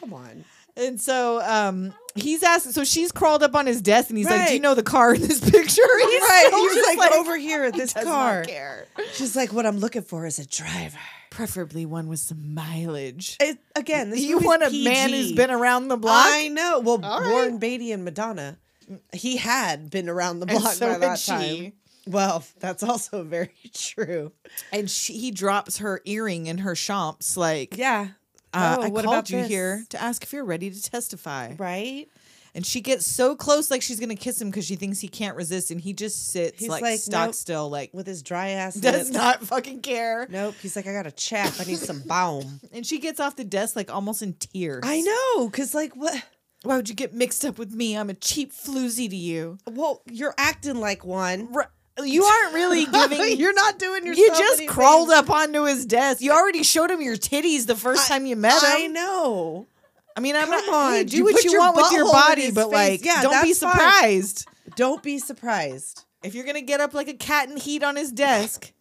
G: Come on.
F: and so, um, he's asked. So she's crawled up on his desk, and he's like, "Do you
G: Right.
F: know the car in this picture?" He's
G: Right.
F: still
G: He's
F: just "Oh."
G: like, over here at this
F: does not
G: car.
F: care.
G: She's like, what I'm looking for is a driver.
F: preferably one with some mileage.
G: It, again, this
F: you
G: movie's
F: want a man who's
G: PG.
F: been around the block?
G: I know. Well,
F: All
G: Warren Beatty and Madonna, he had been around the
F: And
G: block
F: so
G: by
F: had
G: that
F: she.
G: time. Well, that's also very true.
F: And she, he drops her earring in her chomps, like,
G: Yeah.
F: uh,
G: Oh,
F: I
G: what
F: called
G: about
F: you
G: this?
F: here to ask if you're ready to testify.
G: Right?
F: And she gets so close, like she's going to kiss him because she thinks he can't resist. And he just sits,
G: He's
F: like,
G: like,
F: stock
G: nope.
F: still, like,
G: With his dry ass.
F: does
G: lips.
F: not fucking care.
G: Nope. He's like, I got a chap. I need some balm.
F: And she gets off the desk, like, almost in tears.
G: I know. Because, like, what?
F: Why would you get mixed up with me? I'm a cheap floozy to you.
G: Well, you're acting like one.
F: Right. You aren't really giving.
G: you're not doing yourself.
F: You just
G: any
F: crawled
G: favors.
F: up onto his desk. You already showed him your titties the first time you met
G: I
F: him.
G: know.
F: I mean, I'm
G: Come
F: not.
G: on,
F: do
G: you
F: what
G: put
F: you
G: your
F: want with your
G: butthole in
F: body,
G: his
F: but
G: face.
F: like,
G: Yeah,
F: don't be
G: that's fine.
F: surprised
G: Don't be surprised.
F: if you're gonna get up like a cat in heat on his desk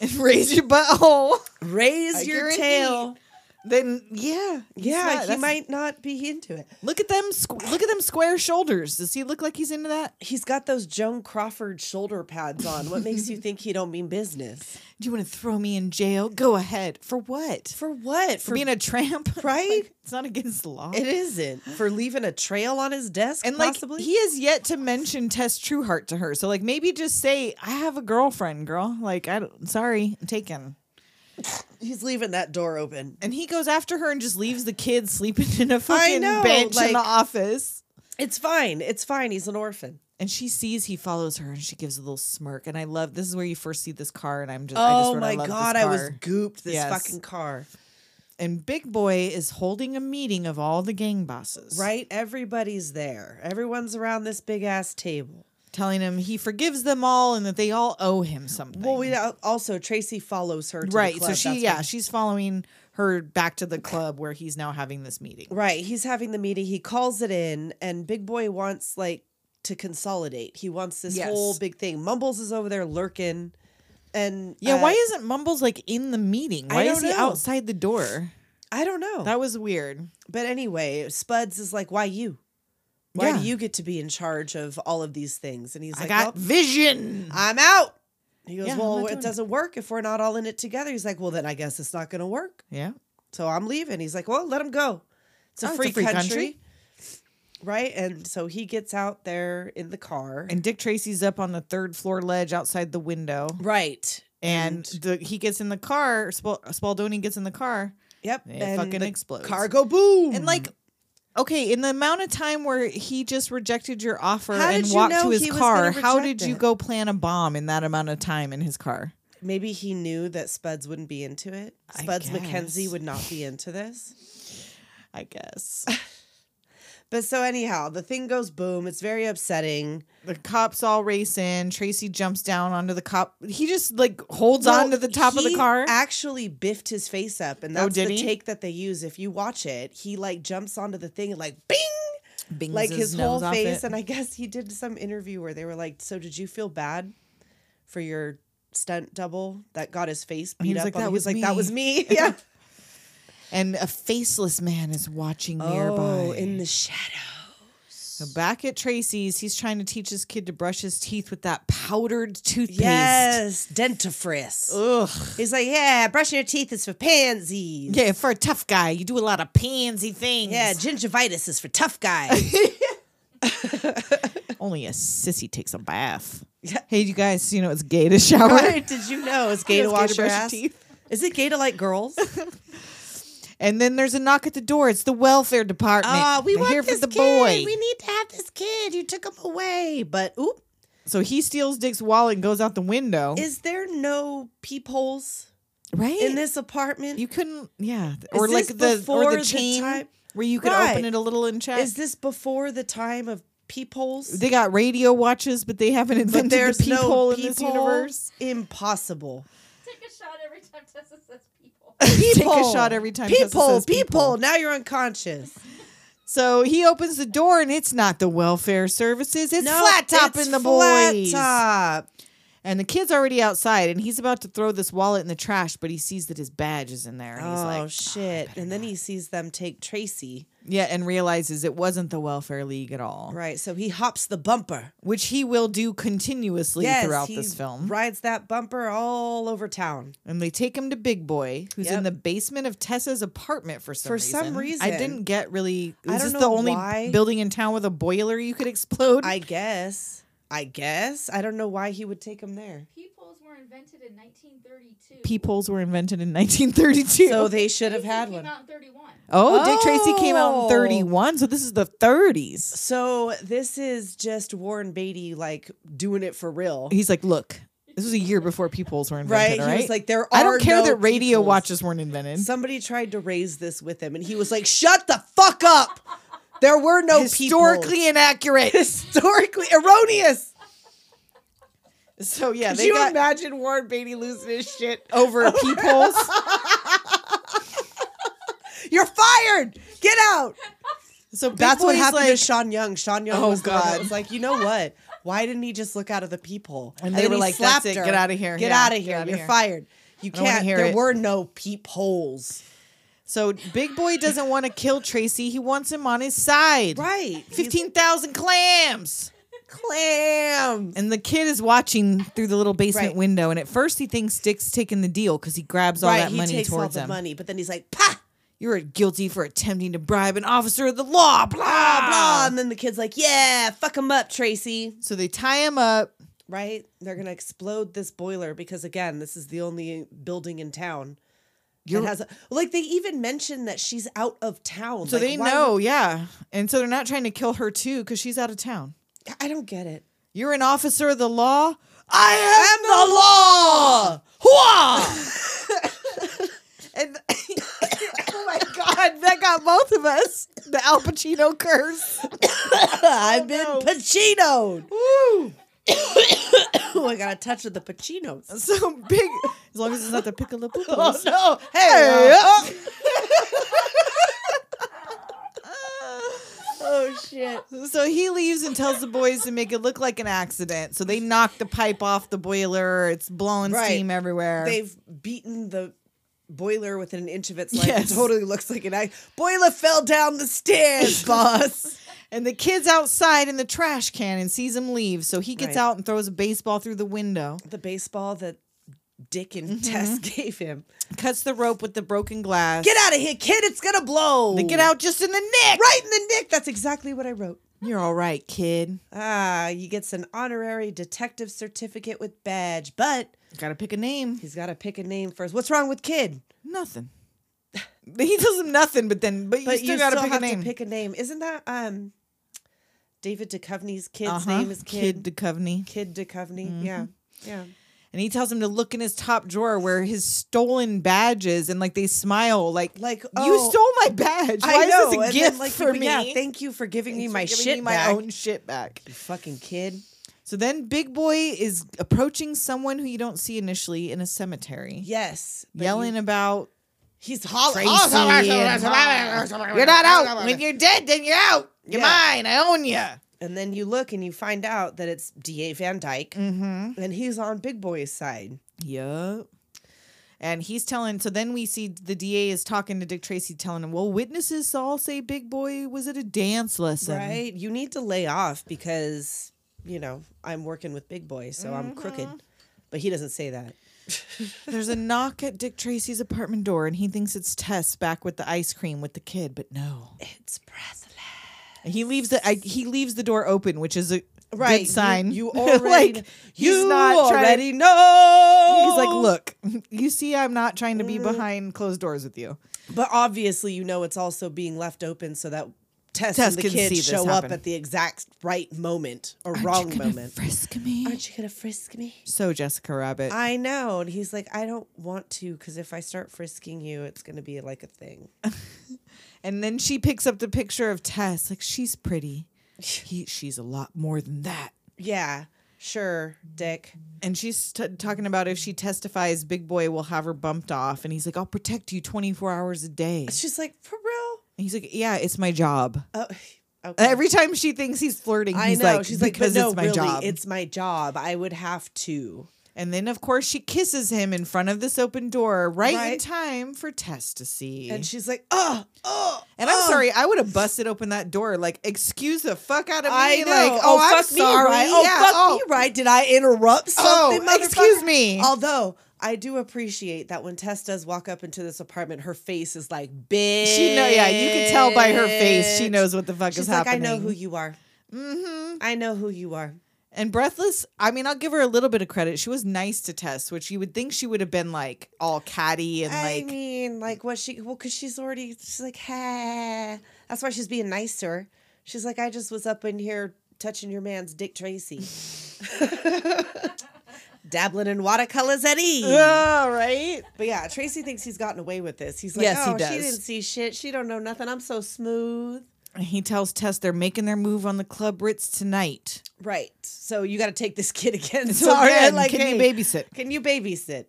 F: and raise your butthole.
G: Raise
F: Like
G: your
F: Uh, you're in
G: tail.
F: Then yeah, he's not.
G: Yeah, he
F: That's-
G: might not be into it.
F: look at them. Squ- look at them square shoulders. Does he look like he's into that?
G: He's got those Joan Crawford shoulder pads on. What makes you think he don't mean business?
F: Do you want to throw me in jail? Go ahead. For what? For,
G: For what? For
F: being a tramp,
G: Right?
F: Like, it's not against the law.
G: it isn't for leaving a trail on his desk.
F: and like
G: possibly?
F: he has yet to mention Tess Trueheart to her, so like maybe just say, "I have a girlfriend, girl." Like I don't. Sorry, I'm taken.
G: he's leaving that door open.
F: And he goes after her and just leaves the kids sleeping in a fucking
G: know,
F: bench in
G: like-
F: the office.
G: It's fine. It's fine. He's an orphan.
F: And she sees he follows her, and she gives a little smirk. And I love this is where you first see this car, and I'm just I just
G: Oh
F: wrote, I
G: my
F: love this
G: god, I was
F: car.
G: gooped this
F: Yes.
G: fucking car.
F: and Big Boy is holding a meeting of all the gang bosses,
G: Right? Everybody's there. Everyone's around this big ass table.
F: Telling him he forgives them all and that they all owe him something.
G: Well, we al- also Tracy follows her to the
F: right, so
G: club.
F: she
G: That's
F: yeah
G: what-
F: she's following her back to the club where he's now having this meeting.
G: Right. He's having the meeting. He calls it in, and Big Boy wants like to consolidate. He wants this
F: Yes.
G: whole big thing. Mumbles is over there lurking, and
F: Yeah, why
G: uh,
F: isn't Mumbles like in the meeting?
G: I
F: Why is
G: don't
F: he
G: know. Oh.
F: outside the door?
G: I don't know.
F: That was weird.
G: but anyway, Spuds is like, "Why you? Why
F: Yeah.
G: do you get to be in charge of all of these things?" And he's
F: I
G: like, "Well,
F: got vision.
G: I'm out." He goes,
F: Yeah, I'm not
G: "Well,
F: doing
G: it
F: it."
G: doesn't work if we're not all in it together." He's like, "Well, then I guess it's not going to work."
F: Yeah.
G: So I'm leaving. He's like, well, let him go. It's a,
F: Oh, it's a
G: free,
F: free
G: country.
F: country.
G: Right. And so he gets out there in the car.
F: And Dick Tracy's up on the third floor ledge outside the window.
G: right.
F: And the, he gets in the car. Spal- Spaldoni gets in the car.
G: Yep.
F: It fucking explodes.
G: Cargo boom.
F: And like, okay, in the amount of time where he just rejected your offer
G: How
F: and
G: did you
F: walked to
G: know
F: his
G: he was
F: car,
G: gonna
F: how
G: reject
F: did you
G: it?
F: go plant a bomb in that amount of time in his car?
G: maybe he knew that Spuds wouldn't be into it.
F: I
G: Spuds
F: guess.
G: McKenzie would not be into this.
F: I guess
G: But so anyhow, the thing goes boom. It's very upsetting.
F: the cops all race in. Tracy jumps down onto the cop. He just like holds on to the top of the
G: he
F: car.
G: Actually, biffed his face up, and
F: Oh,
G: that's
F: did
G: the
F: he?
G: take that they use. If you watch it, he like jumps onto the thing and like bing,
F: Bings
G: like his, whole
F: nose off
G: face.
F: it.
G: And I guess he did some interview where they were like, "So did you feel bad for your stunt double that got his face
F: And he
G: beat
F: was
G: up?"
F: like,
G: on?
F: "That
G: He
F: was
G: was like, "That was me." Yeah.
F: and a faceless man is watching nearby.
G: Oh, in the shadow.
F: So back at Tracy's, he's trying to teach his kid to brush his teeth with that powdered toothpaste.
G: Yes, dentifrice.
F: Ugh.
G: He's like, "Yeah, brushing your teeth is for pansies.
F: Yeah, for a tough guy, you do a lot of pansy things.
G: Yeah, gingivitis is for tough guys."
F: Only a sissy takes a bath.
G: Yeah.
F: Hey, you guys, you know it's gay to shower.
G: Right? Did you know it's gay
F: It's
G: to wash your
F: brush
G: ass? Is it gay to like girls?
F: And then there's a knock at the door. It's the welfare department.
G: Ah, we
F: They're
G: want
F: here
G: this
F: for the
G: kid.
F: boy.
G: We need to have this kid. You took him away, but oop.
F: so he steals Dick's wallet and goes out the window.
G: Is there no peepholes
F: right?
G: in this apartment?
F: you couldn't. Yeah. or like
G: this
F: the
G: before
F: or
G: the
F: the chain
G: time-
F: where you could
G: Right.
F: open it a little and check.
G: Is this before the time of peepholes?
F: they got radio watches, but they haven't
G: but
F: invented
G: there's
F: the
G: no
F: peephole in this
G: peephole?
F: universe.
G: Impossible.
H: Take a shot every time Tessa says people.
F: Take a
G: Peephole.
F: shot every time. Tessa
G: Peephole,
F: says
G: peephole. Now you're unconscious.
F: So he opens the door and it's not the welfare services. It's
G: No,
F: flat top
G: it's
F: in the
G: flat
F: boys.
G: top.
F: And the kid's already outside and he's about to throw this wallet in the trash, but he sees that his badge is in there. And he's
G: oh
F: like, "Ah,
G: shit! And then he sees them take Tracy.
F: yeah, and realizes it wasn't the welfare league at all,
G: Right. So he hops the bumper.
F: which he will do continuously throughout this film.
G: rides that bumper all over town.
F: And they take him to Big Boy, who's in
G: Yep.
F: the basement of Tessa's apartment for some
G: For
F: reason.
G: some
F: I
G: reason.
F: didn't get really. Is
G: I don't
F: this the
G: know
F: only
G: why.
F: building in town with a boiler you could explode?
G: I guess. I guess. I don't know why he would take him there.
H: Peepholes were invented in 1932.
F: Peepholes were invented in 1932.
G: So they should have
H: Tracy
G: had
H: came
G: one.
H: out in 31.
F: Oh, Dick Tracy came out in
G: Oh.
F: 31, so this is the 30s.
G: So this is just Warren Beatty like doing it for real.
F: He's like, look, this was a year before peepholes were
G: Right?
F: invented,
G: He
F: right?
G: was like, there
F: I
G: are
F: don't care
G: no
F: that radio
G: peoples.
F: watches weren't invented.
G: Somebody tried to raise this with him and he was like, Shut the fuck up. There were no
F: Historically
G: people.
F: inaccurate.
G: historically erroneous.
F: so yeah,
G: Could
F: they
G: you
F: got
G: imagine Warren Beatty losing his shit?
F: over peepholes.
G: You're fired. Get out.
F: so Big
G: That's what
F: Boy's
G: happened to
F: like-
G: Sean Young. Sean Young
F: Oh,
G: was God.
F: God.
G: was like, you know what? Why didn't he just look out of the peephole?
F: And they
G: then
F: were
G: he
F: like, that's
G: slapped
F: it.
G: her.
F: Get outta here.
G: Get
F: Yeah.
G: out of
F: Get
G: here.
F: outta
G: You're
F: here."
G: fired. You
F: don't wanna
G: can't.
F: hear
G: There
F: it.
G: were no peepholes.
F: So Big Boy doesn't want to kill Tracy. He wants him on his side.
G: Right. Fifteen.
F: 15,000 clams.
G: clams.
F: And the kid is watching through the little basement
G: Right.
F: window. And at first, he thinks Dick's taking the deal because he grabs all
G: right.
F: that
G: he
F: money
G: takes all
F: towards
G: the
F: him.
G: money, but then he's like, "Pa,
F: You're guilty for attempting to bribe an officer of the law. Blah,
G: blah blah,"
F: blah.
G: and then the kid's like, "Yeah, fuck him up, Tracy."
F: So they tie him up.
G: Right? They're gonna explode this boiler because again, this is the only building in town. that
F: You're-
G: has a, like they even mentioned that she's out of town.
F: So
G: Like,
F: they
G: why
F: know, yeah. And so they're not trying to kill her too because she's out of town.
G: would- I don't get it.
F: You're an officer of the law? I am, the law! Hua! and oh my god, that got both of us. The Al Pacino curse. Oh,
G: I've been Pacinoed. Woo! I got Oh a touch of the Pacinos.
F: So big as long as it's not the piccolo
G: Oh
F: pooples.
G: no!
F: Hey,
G: Hey! uh,
F: uh,
G: oh shit!
F: So he leaves and tells the boys to make it look like an accident. So they knock the pipe off the boiler. It's blowing
G: Right.
F: steam everywhere.
G: They've beaten the boiler within an inch of its life.
F: Yes.
G: It totally looks like an act. Boiler fell down the stairs, boss.
F: And the kid's outside in the trash can and sees him leave. So he gets
G: Right.
F: out and throws a baseball through the window,
G: the baseball that Dick and
F: Mm-hmm.
G: Tess gave him.
F: cuts the rope with the broken glass.
G: Get out of here, kid. It's going to blow.
F: They get out just in the nick.
G: Right in the nick. That's exactly what I wrote.
F: You're all right, kid.
G: Ah, he gets an honorary detective certificate with badge, but
F: Gotta pick a name.
G: he's got to pick a name first. What's wrong with kid?
F: Nothing. he tells him nothing, but then, but you
G: But
F: still gotta pick
G: have
F: a name.
G: to pick a name. Isn't that um David Duchovny's kid's
F: Uh-huh.
G: name is Kid?
F: Kid Mm-hmm. Duchovny.
G: Kid Duchovny. Yeah. Yeah.
F: And he tells him to look in his top drawer where his stolen badges and like they smile like
G: Like,
F: you
G: oh,
F: stole my badge. Why is this a
G: and then,
F: gift
G: like,
F: for
G: people-
F: me?
G: Yeah, thank you for giving me
F: Thanks for
G: my
F: giving
G: shit
F: me my
G: back.
F: own shit back.
G: You fucking kid.
F: So then Big Boy is approaching someone who you don't see initially in a cemetery,
G: Yes. but
F: yelling
G: you-
F: about
G: He's hollering.
F: Tracy. and- you're not out. When you're dead, then you're out. You're
G: Yeah.
F: mine. I own you.
G: And then you look and you find out that it's D.A. Van Dyke
F: Mm-hmm.
G: and he's on Big Boy's side.
F: Yup. And he's telling. So then we see the DA is talking to Dick Tracy, telling him, "Well, witnesses all say Big Boy was at a dance lesson."
G: Right? You need to lay off because, you know, I'm working with Big Boy, so I'm crooked.
F: Mm-hmm.
G: But he doesn't say that.
F: There's a knock at Dick Tracy's apartment door, and he thinks it's Tess back with the ice cream with the kid, but no.
G: It's breathless.
F: He leaves the I, he leaves the door open, which is a
G: Right.
F: good sign.
G: You, you already,
F: like he's
G: you
F: not trying-
G: already know.
F: He's like, look, you see, I'm not trying to
G: Mm.
F: be behind closed doors with you.
G: But obviously, you know, it's also being left open so that Tess,
F: Tess
G: and the
F: can see
G: kids
F: this
G: show
F: happen.
G: up at the exact right moment or wrong moment.
F: Frisk me.
G: Aren't you going to frisk me?
F: So Jessica Rabbit.
G: I know. And he's like, I don't want to because if I start frisking you, it's going to be like a thing.
F: and then she picks up the picture of Tess, like she's pretty. He, she's a lot more than that.
G: yeah, sure, dick.
F: And she's t- talking about if she testifies, Big Boy will have her bumped off. And he's like, I'll protect you 24 hours a day. And
G: She's like, for real?
F: he's like, Yeah, it's my job.
G: Oh, okay.
F: Every time she thinks he's flirting,
G: I
F: he's
G: know.
F: like,
G: She's like,
F: because
G: but no,
F: it's my
G: really,
F: job.
G: it's my job. I would have to.
F: And then, of course, she kisses him in front of this open door, right, in
G: Right.
F: time for Tess to see.
G: And
F: And,
G: she's like, oh, oh.
F: I'm
G: oh.
F: sorry, I would have busted open that door. Like, excuse the fuck out of me.
G: I know.
F: Like,
G: oh,
F: I'm
G: fuck me,
F: sorry.
G: right? Oh,
F: Yeah,
G: fuck
F: oh.
G: me, right? Did I interrupt something?
F: Oh, excuse
G: motherfucker?
F: me.
G: Although I do appreciate that when Tess does walk up into this apartment, her face is like, bitch.
F: She know. Yeah, you can tell by her face. She knows what the fuck
G: She's
F: is
G: like,
F: happening.
G: I know who you are. Mm-hmm. I know who you are.
F: and breathless. I mean, I'll give her a little bit of credit. She was nice to Tess, which you would think she would have been like all catty and
G: I
F: like.
G: mean, like what she? Well, because she's already she's like, hey. That's why she's being nice to her. She's like, I just was up in here touching your man's Dick Tracy, dabbling in watercolors at ease.
F: all right.
G: Oh, But yeah, Tracy thinks he's gotten away with this. He's like,
F: Yes, he
G: oh, she
F: does.
G: didn't see shit. She don't know nothing. I'm so smooth.
F: He tells Tess they're making their move on the club Ritz tonight.
G: Right. So you got to take this kid again.
F: So
G: Sorry, I
F: again,
G: like,
F: can you
G: hey,
F: babysit?
G: Can you babysit?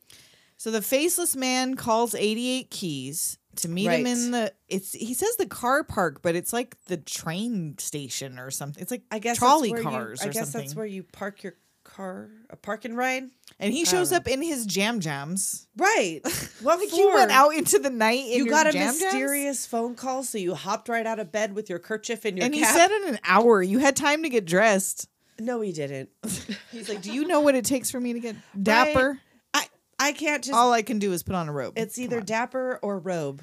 F: So the faceless man calls 88 Keys to meet him
G: Right.
F: in the it's he says the car park, but it's like the train station or something. It's like
G: I guess that's
F: trolley
G: where you-
F: cars
G: I
F: or
G: guess
F: something.
G: that's where you park your car. A park and ride.
F: and he shows
G: Oh.
F: up in his jam jams.
G: Right. What
F: Like
G: for?
F: you went out into the night. In
G: You
F: your
G: got a
F: jam jams?
G: mysterious phone call, so you hopped right out of bed with your kerchief in your
F: and he
G: cap.
F: said in an hour you had time to get dressed.
G: no, he didn't.
F: He's like, "Do you know what it takes for me to get dapper?
G: I I can't just.
F: All I can do is put on a robe."
G: it's either dapper or robe,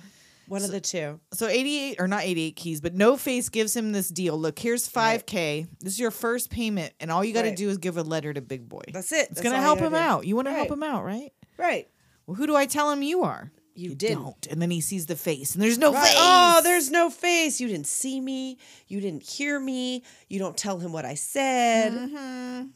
G: one of the two.
F: so 88 or not 88 keys, but No Face gives him this deal. Look, here's 5k. This is your first payment and all you got to
G: Right.
F: do is give a letter to Big Boy.
G: That's it.
F: it's
G: That's
F: going to
G: all you
F: help
G: gotta
F: him
G: do.
F: out. You want to help
G: Right.
F: him out, right?
G: Right.
F: Well, who do I tell him you are?
G: You, didn't.
F: Don't. And then he sees the face and there's no
G: Right.
F: face.
G: Oh, there's no face. You didn't see me. You didn't hear me. You don't tell him what I said.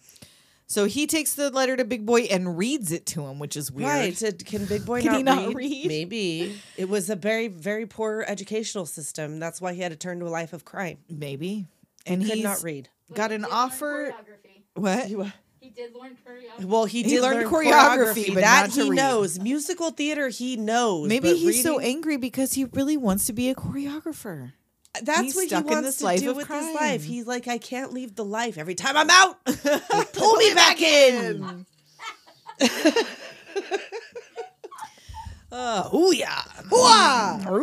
F: So he takes the letter to Big Boy and reads it to him, which is weird.
G: Right. So can Big Boy
F: Can
G: not,
F: he not
G: read?
F: read?
G: Maybe. It was a very, very poor educational system. That's why he had to turn to a life of crime.
F: Maybe. And
G: Could
F: he's
G: not read.
H: But
F: got
H: he
F: an
H: did learn
F: offer.
H: choreography.
F: What?
H: He did learn choreography.
G: Well, he
F: He
G: did learn
F: learned choreography, but
G: that
F: not to
G: he
F: read.
G: knows. Musical theater, he knows.
F: Maybe
G: but
F: he's so
G: reading-
F: angry because he really wants to be a choreographer.
G: That's
F: he's
G: what
F: stuck in
G: he wants
F: this
G: to
F: life
G: do
F: of
G: with
F: crime.
G: his life. He's like, I can't leave the life. Every time I'm out, they pull me back in.
F: Uh, ooh yeah. Mm,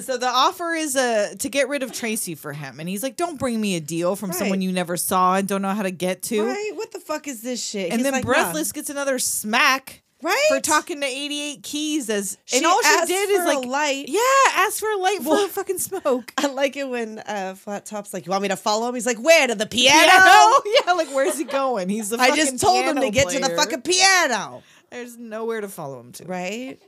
F: so the offer is uh, to get rid of Tracy for him, and he's like, "Don't bring me a deal from someone
G: Right.
F: you never saw and don't know how to get to."
G: Right? What the fuck is this shit?
F: And
G: He's
F: then
G: like, nah.
F: Breathless gets another smack
G: right?
F: for talking to 88 Keys as
G: She
F: and all she
G: asked
F: did
G: for
F: is
G: a
F: like
G: light.
F: Yeah, ask for a light full of fucking smoke.
G: I like it when uh, Flat Top's like, "You want me to follow him?" He's like, "Where to the piano?"
F: yeah, like where's he going? He's the
G: I
F: fucking
G: just told him to
F: piano
G: get to the
F: player.
G: fucking piano,
F: There's nowhere to follow him to.
G: right?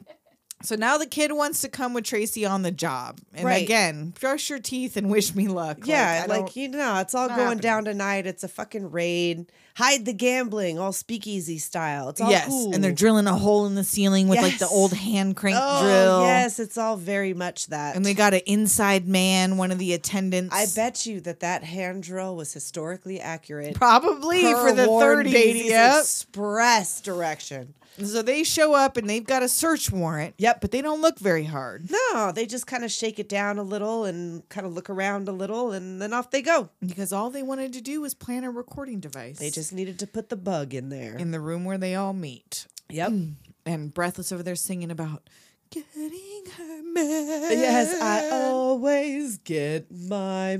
F: So now the kid wants to come with Tracy on the job. And
G: Right.
F: again, brush your teeth and wish me luck.
G: yeah,
F: I
G: like,
F: don't-
G: you know, it's all
F: not
G: going down tonight. It's a fucking raid. Hide the gambling, all speakeasy style. It's all
F: yes,
G: cool.
F: and they're drilling a hole in the ceiling with like the
G: Yes.
F: old hand crank
G: oh,
F: drill.
G: Yes, it's all very much that.
F: And they got an inside man, one of the attendants.
G: I bet you that that hand drill was historically accurate.
F: probably
G: per
F: for the
G: Warren
F: 30s.
G: Beatty's
F: Yep.
G: express direction.
F: So they show up and they've got a search warrant.
G: Yep.
F: but they don't look very hard.
G: No, they just kind of shake it down a little and kind of look around a little, and then off they go.
F: Because all they wanted to do was plan a recording device.
G: They just needed to put the bug in there.
F: in the room where they all meet.
G: yep.
F: mm. And Breathless over there singing about getting her man.
G: Yes, I always get my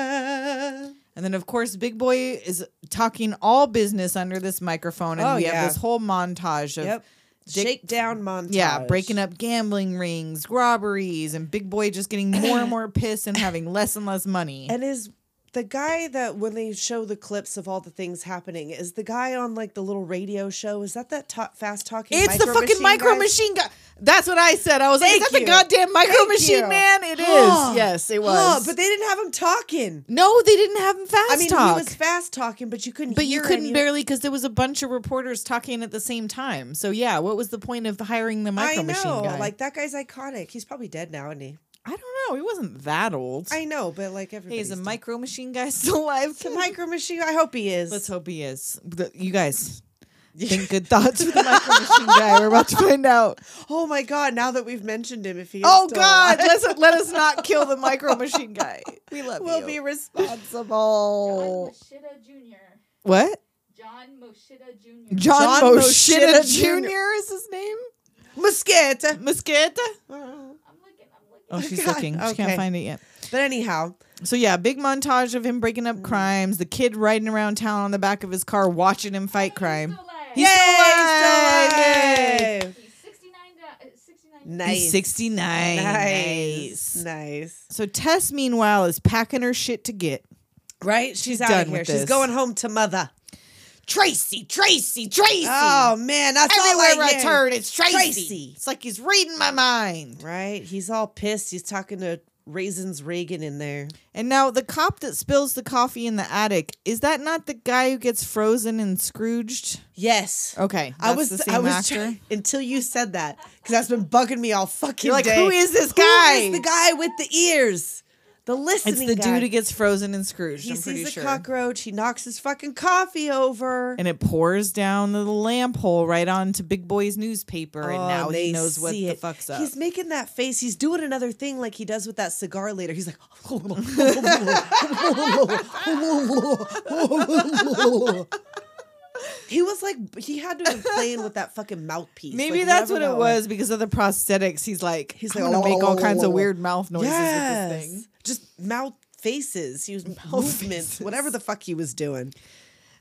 G: man.
F: And then, of course, Big Boy is talking all business under this microphone, and
G: Oh,
F: we
G: yeah.
F: have this whole montage of
G: Yep.
F: Dick-
G: Shakedown montage.
F: yeah, breaking up gambling rings, robberies, and Big Boy just getting more and more pissed and having less and less money.
G: And is the guy that when they show the clips of all the things happening is the guy on like the little radio show? Is that that ta- fast talking?
F: it's the fucking micro
G: guy?
F: machine guy. That's what I said. I was
G: Thank
F: like, "Is that
G: you.
F: the goddamn micro
G: Thank
F: machine
G: you.
F: man?" It is.
G: Huh.
F: yes, it was.
G: Huh, but they didn't have him talking.
F: no, they didn't have him fast
G: I mean,
F: talk.
G: he was fast talking, but you couldn't.
F: But you
G: hear
F: couldn't
G: any-
F: barely because there was a bunch of reporters talking at the same time. So yeah, what was the point of hiring the
G: I
F: micro
G: know,
F: machine guy?
G: like that guy's iconic. He's probably dead now, isn't he?
F: I don't know. He wasn't that old.
G: I know, but like everybody.
F: hey, is the micro machine guy still alive?
G: The micro machine. I hope he is.
F: Let's hope he is. The- you guys, think good thoughts for the micro machine guy. We're about to find out.
G: Oh my god! Now that we've mentioned him, if he is
F: Oh
G: still
F: God,
G: alive,
F: let's let us not kill the micro machine guy. We love
G: we'll
F: you.
G: be responsible.
H: John Moshida Jr.
F: what?
H: John Moshida Jr.
F: John,
G: John Moshida
F: Moshida, Jr.
G: Jr.
F: is his name.
G: Mosquito.
F: Mosqueta.
H: I'm looking. I'm looking.
F: Oh, she's
G: God.
F: looking. She
G: Okay.
F: can't find it yet.
G: But anyhow,
F: So yeah, big montage of him breaking
G: Mm-hmm.
F: up crimes, the kid riding around town on the back of his car watching him fight crime.
H: Still alive.
F: He's
G: yay,
F: still
G: he's alive.
F: alive!
H: He's 69. Uh, 69.
G: Nice.
F: He's 69.
G: Nice.
F: Nice.
G: Nice.
F: So Tess meanwhile is packing her shit to get.
G: Right? She's, out
F: done
G: of here.
F: with
G: She's
F: this.
G: going home to mother.
F: Tracy, Tracy, Tracy.
G: Oh man, that's all I
F: Everywhere I
G: hear.
F: turn, it's Tracy.
G: Tracy.
F: It's like he's reading my mind.
G: Right? He's all pissed. He's talking to Raisins Reagan in there.
F: And now the cop that spills the coffee in the attic, is that not the guy who gets frozen and Scrooged?
G: Yes.
F: Okay.
G: I
F: Uh, that's
G: was
F: the same
G: I was
F: actor.
G: trying- until you said that because that's been bugging me all fucking
F: You're like,
G: day.
F: who is this
G: Who
F: guy?
G: is the guy with the ears? The listening.
F: It's the
G: guy.
F: dude who gets frozen and Scrooged.
G: He
F: I'm pretty
G: sees the
F: sure.
G: cockroach. He knocks his fucking coffee over.
F: and it pours down the lamp hole right onto Big Boy's newspaper, and
G: Oh,
F: now
G: they
F: he knows what
G: see
F: the
G: it.
F: fuck's up.
G: He's making that face. He's doing another thing like he does with that cigar later. He's like, He was like, he had to have been playing with that fucking mouthpiece.
F: Maybe
G: Like,
F: that's
G: you
F: what
G: never
F: it
G: know.
F: was because of the prosthetics. He's like, he's
G: He's like,
F: like, gonna make all kinds of
G: "Lalalala."
F: weird mouth noises
G: yes.
F: with this thing.
G: Just mouth faces. He was movements, whatever the fuck he was doing.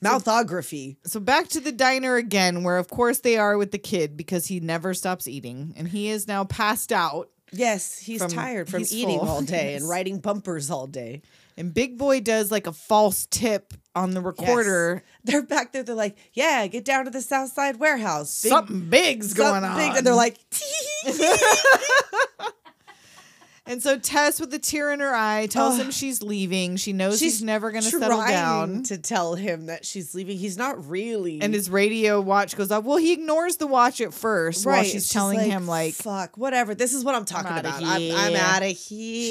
G: Mouthography.
F: So back to the diner again, where of course they are with the kid because he never stops eating and he is now passed out.
G: Yes, he's
F: From-
G: tired from
F: he's
G: eating
F: full.
G: all day
F: Yes.
G: and writing bumpers all day.
F: And Big Boy does like a false tip on the
G: Yes.
F: recorder.
G: They're back there. They're like, yeah, get down to the South Side warehouse. Big-
F: something big's going
G: something
F: on.
G: big," And they're like,
F: And so Tess, with a tear in her eye, tells
G: Ugh.
F: him she's leaving. She knows
G: she's
F: she's never going to
G: trying
F: settle down.
G: to tell him that she's leaving. He's not really.
F: and his radio watch goes off. Well, he ignores the watch at first while she's
G: She's
F: telling him like,
G: fuck, whatever. This is what I'm talking
F: outta
G: about. I'm,
F: here."
G: I'm out of here.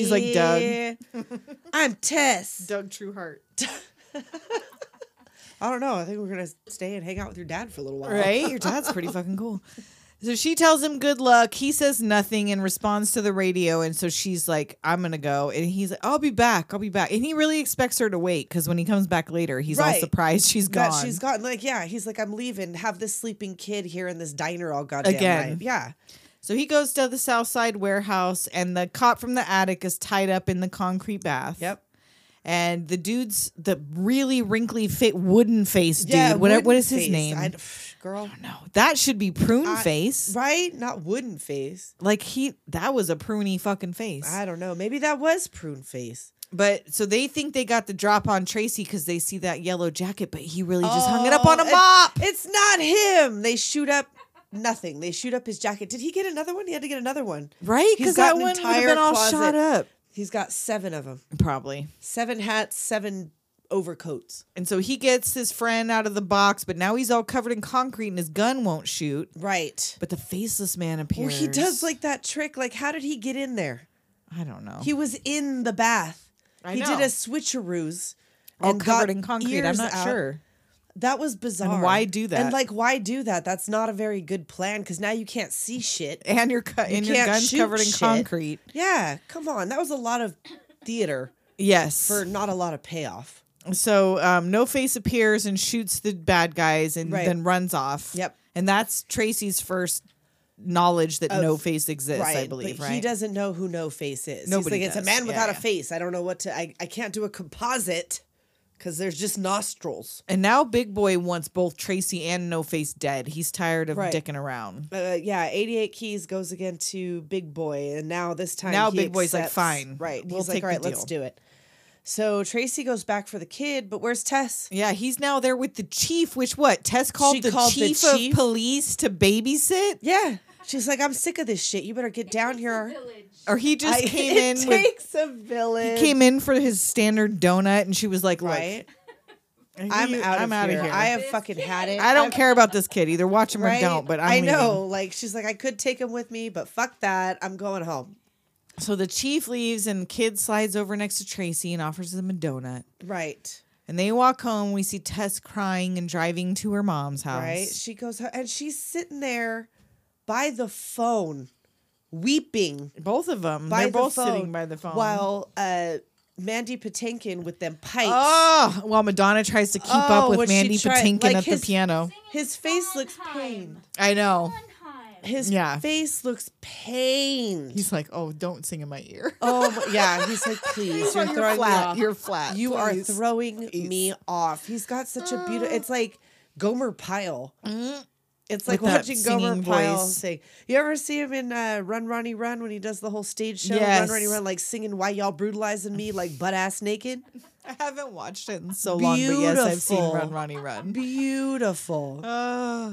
F: She's like, "Doug."
G: I'm Tess.
F: Doug Trueheart,
G: I don't know. I think we're gonna stay and hang out with your dad for a little while.
F: right? Your dad's pretty fucking cool. So she tells him good luck. He says nothing and responds to the radio. And so she's like, I'm going to go. And he's like, I'll be back. I'll be back. And he really expects her to wait because when he comes back later, he's all
G: Right.
F: surprised she's gone.
G: That she's gotten like, yeah, he's like, I'm leaving. Have this sleeping kid here in this diner all goddamn
F: Again.
G: night. Yeah.
F: So he goes to the south side warehouse, and the cop from the attic is tied up in the concrete bath. And the dude's the really wrinkly, fa- wooden face dude.
G: Yeah.
F: what, what
G: wooden
F: is his
G: face.
F: name?
G: I d- pff, girl.
F: no, that should be prune
G: I-
F: face.
G: Right? Not wooden face.
F: Like he, that was a pruny fucking face.
G: I don't know. Maybe that was prune face.
F: but so they think they got the drop on Tracy because they see that yellow jacket, but he really just hung it up on a
G: Oh, it-
F: mop.
G: It's not him. They shoot up nothing. They shoot up his jacket. Did he get another one? He had to get another one.
F: right?
G: he's
F: Because
G: got
F: that
G: an
F: one would have
G: entire
F: been all
G: closet.
F: shot up.
G: He's got seven of them.
F: Probably.
G: Seven hats, seven overcoats.
F: And so he gets his friend out of the box, but now he's all covered in concrete and his gun won't shoot.
G: Right.
F: But the faceless man appears.
G: Well, he does like that trick. Like, how did he get in there?
F: I don't know.
G: He was in the bath.
F: Oh. I
G: he
F: know.
G: did a switcheroos.
F: all
G: and
F: covered
G: got
F: in concrete. I'm
G: ears
F: not
G: out.
F: sure.
G: That was bizarre.
F: why do that?
G: And like, why do that? That's not a very good plan because now you can't see shit.
F: And your cu- and your
G: can't
F: gun's
G: shoot
F: covered in
G: shit.
F: concrete.
G: Yeah, come on. That was a lot of theater
F: Yes.
G: for not a lot of payoff.
F: so um, No Face appears and shoots the bad guys and
G: Right.
F: then runs off.
G: Yep.
F: And that's Tracy's first knowledge that No Face exists. I believe.
G: but
F: right.
G: he doesn't know who No Face is.
F: Nobody
G: He's like,
F: does.
G: it's a man
F: Yeah,
G: without
F: yeah.
G: a face. I don't know what to. I, I can't do a composite because there's just nostrils.
F: And now Big Boy wants both Tracy and No Face dead. He's tired of
G: Right.
F: dicking around.
G: Uh, yeah, 88 keys goes again to Big Boy, and now this time
F: Now
G: he
F: Big Boy's like,
G: accepts-
F: "Fine,
G: right?
F: we'll
G: He's
F: take
G: like,
F: the
G: all right, let's
F: deal."
G: do it. So Tracy goes back for the kid, but where's Tess?
F: Yeah, he's now there with the chief, which what? Tess called,
G: She
F: the,
G: called the
F: chief
G: chief?
F: of police to babysit?
G: Yeah, she's like, I'm sick of this shit. You better get down here.
H: Village.
F: Or he just
G: I-
F: came
G: it
F: in with
G: takes a village.
F: came in for his standard donut and she was like, Look,
G: right?
F: you-
G: I'm out. of
F: I'm outta
G: here. I have
H: This
G: fucking
H: kid.
G: had it.
F: I don't
G: I've-
F: care about this kid. Either watch him
G: Right?
F: or don't, but I'm
G: I
F: leaving.
G: know. Like she's like, I could take him with me, but fuck that. I'm going home.
F: So the chief leaves and kid slides over next to Tracy and offers him a donut.
G: Right.
F: And they walk home. We see Tess crying and driving to her mom's house.
G: Right. She goes ho- and she's sitting there by the phone, weeping
F: Both of them.
G: by
F: They're
G: the
F: both
G: phone
F: sitting by the phone.
G: while uh, Mandy Patinkin with them pipes.
F: Oh, while Madonna tries to keep
G: Oh,
F: up
G: when
F: with
G: she
F: Mandy
G: tried-
F: Patinkin
G: like
F: at
G: his-
F: the piano.
H: Singing
G: His face looks
H: Sondheim.
G: pained.
F: I know.
H: Sondheim.
G: His
F: Yeah.
G: face looks pained.
F: He's like, oh, don't sing in my ear.
G: oh my- yeah, he's like, please, Oh, you're throwing me off.
F: You're flat.
G: You are throwing me off. He's got such a beautiful. It's like Gomer Pyle. It's like
F: With that
G: watching Gomer
F: singing
G: Pyle
F: voice.
G: sing. You ever see him in uh, Run Ronnie Run when he does the whole stage show?
F: Yes.
G: Run Ronnie Run, like singing "Why Y'all Brutalizing Me" like butt ass naked.
F: I haven't watched it in so long, but yes, I've seen
G: Beautiful.
F: Run Ronnie Run.
G: Beautiful.
F: Uh,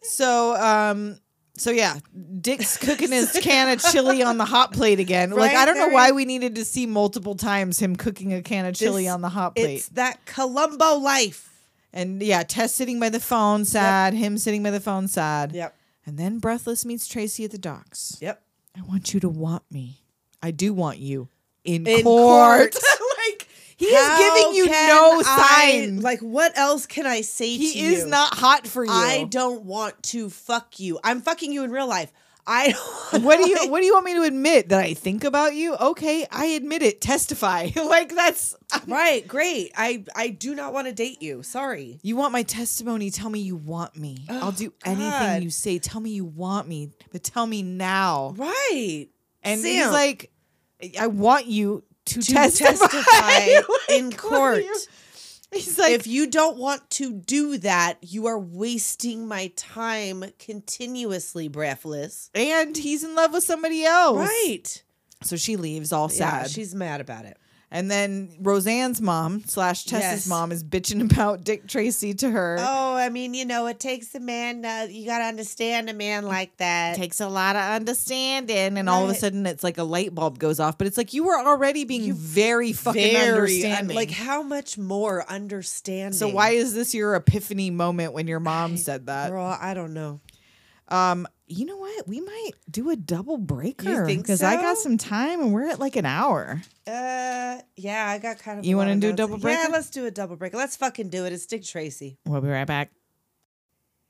F: so, um, so yeah, Dick's cooking his can of chili on the hot plate again. like
G: Right,
F: I don't know
G: there
F: why
G: is-
F: we needed to see multiple times him cooking a can of chili
G: This-
F: on the hot plate.
G: It's that Columbo life.
F: And yeah, Tess sitting by the phone, sad. Him sitting by the phone, sad.
G: Yep.
F: And then Breathless meets Tracy at the docks.
G: Yep.
F: I want you to want me. I do want you in,
G: In
F: court.
G: court.
F: like he is giving you no sign.
G: Like, what else can I say to
F: he
G: you?
F: is not hot for you.
G: I don't want to fuck you. I'm fucking you in real life. I don't.
F: What do you what do you want me to admit that I think about you? Okay, I admit it. Testify. like that's
G: Right, great. I I do not want to date you. Sorry.
F: you want my testimony, tell me you want me. I'll do anything
G: Oh, God.
F: you say. Tell me you want me, but tell me now.
G: Right.
F: And he's
G: Sam.
F: like I want you to,
G: To
F: testify,
G: testify, in
F: Like, what
G: court.
F: are you- He's like
G: if you don't want to do that, you are wasting my time continuously, breathless.
F: and he's in love with somebody else.
G: Right.
F: So she leaves all Oh, sad.
G: Yeah, she's mad about it.
F: and then Roseanne's mom slash Tessa's
G: Yes.
F: mom is bitching about Dick Tracy to her.
G: Oh, I mean, you know, it takes a man. Uh, you got to understand a man like that.
F: takes a lot of understanding and all of a
G: Right.
F: sudden it's like a light bulb goes off but it's like you were already being very fucking
G: un-
F: understanding
G: like how much more understanding?
F: so why uh, is this your epiphany moment when your mom said that
G: girl? I don't know.
F: um you know what we might do a double breaker
G: think
F: because i got
G: so?
F: some time and we're at like an hour
G: Uh, yeah, I got kind of.
F: You
G: a lot
F: wanna
G: of
F: do a
G: notes.
F: double
G: Yeah,
F: breaker?
G: let's do a double break. Let's fucking do it. It's Dick Tracy.
F: we'll be right back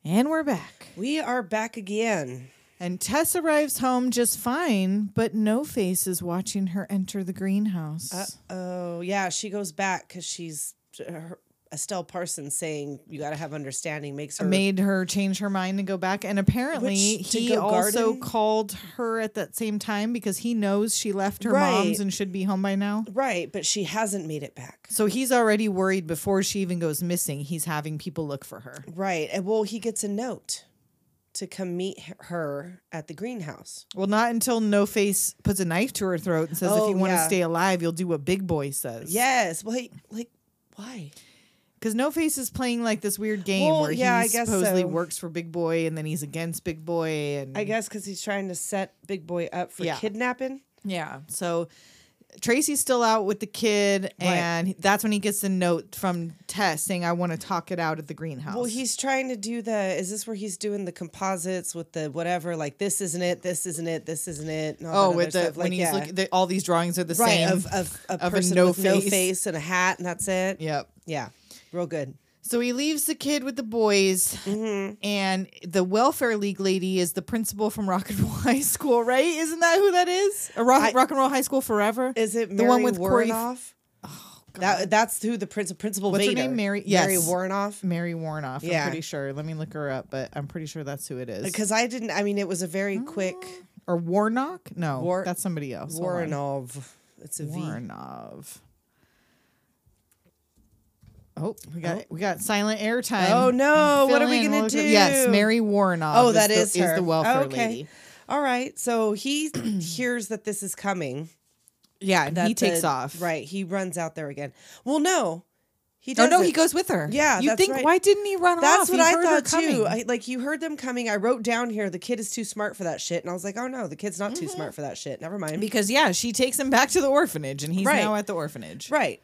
F: and we're back
G: We are back again.
F: and tess arrives home just fine but no face is watching her enter the greenhouse
G: Uh oh, yeah. She goes back because she's her, Estelle Parsons saying you got to have understanding makes her
F: made her change her mind and go back. And apparently,
G: Which, to
F: he
G: go
F: also
G: garden?
F: called her at that same time because he knows she left her
G: Right.
F: mom's and should be home by now.
G: right, but she hasn't made it back.
F: So he's already worried before she even goes missing. He's having people look for her.
G: Right, and well, he gets a note to come meet h- her at the greenhouse.
F: Well, not until No Face puts a knife to her throat and says, "If
G: Oh,
F: you want to
G: yeah.
F: stay alive, you'll do what Big Boy says."
G: Yes, wait, like why?
F: because No Face is playing like this weird game
G: Well,
F: where
G: yeah,
F: he
G: I guess
F: supposedly
G: so.
F: works for Big Boy and then he's against Big Boy. And
G: I guess because he's trying to set Big Boy up for
F: Yeah.
G: kidnapping.
F: Yeah. So Tracy's still out with the kid, and that's when he gets the note from Tess saying, "I want to talk it out at the greenhouse."
G: Well, he's trying to do the. Is this where he's doing the composites with the whatever? Like this isn't it. This isn't it. This isn't it. And all
F: oh,
G: that
F: with
G: other
F: the
G: stuff.
F: when
G: like,
F: he's
G: yeah.
F: looking, the, all these drawings are the
G: right
F: same
G: of, of a
F: of
G: person
F: no
G: with no
F: face.
G: face and a hat, and that's it.
F: Yep.
G: yeah, real good.
F: So he leaves the kid with the boys,
G: Mm-hmm.
F: and the welfare league lady is the principal from Rock and Roll High School, right? Isn't that who that is? A rock,
G: I-
F: rock and Roll High School Forever.
G: Is it
F: the one with Corey? F- Oh,
G: Warrenoff? That that's who the principal principal
F: What's her
G: Vader.
F: name? Mary-
G: Mary
F: yes.
G: Warrenoff.
F: Mary Warnoff.
G: Yeah.
F: I'm pretty sure. Let me look her up, but I'm pretty sure that's who it is.
G: Because I didn't. I mean, it was a very quick
F: or Warnock? No,
G: War-
F: Oh, that's somebody else. Hold on.
G: Warrenov. It's a V.
F: Warnov. Oh, we got we got silent air time.
G: Oh no! What
F: Fill
G: are we
F: in,
G: gonna
F: look
G: do?
F: at- Yes, Mary Warnoff.
G: Oh, that is,
F: the,
G: her.
F: the welfare
G: okay.
F: lady.
G: All right. So he hears that this is coming.
F: Yeah, and
G: That
F: he takes
G: the-
F: off.
G: Right. He runs out there again. Well, no, he
F: Oh
G: doesn't.
F: no, he goes with her.
G: Yeah,
F: you
G: that's
F: think
G: right.
F: why didn't he run off?
G: That's
F: He
G: what I
F: heard her
G: thought too.
F: coming.
G: I, like you heard them coming. I wrote down here the kid is too smart for that shit, and I was like, oh no, the kid's not too smart for that shit. Never mind.
F: Mm-hmm. because yeah, she takes him back to the orphanage, and he's
G: Right.
F: now at the orphanage.
G: right.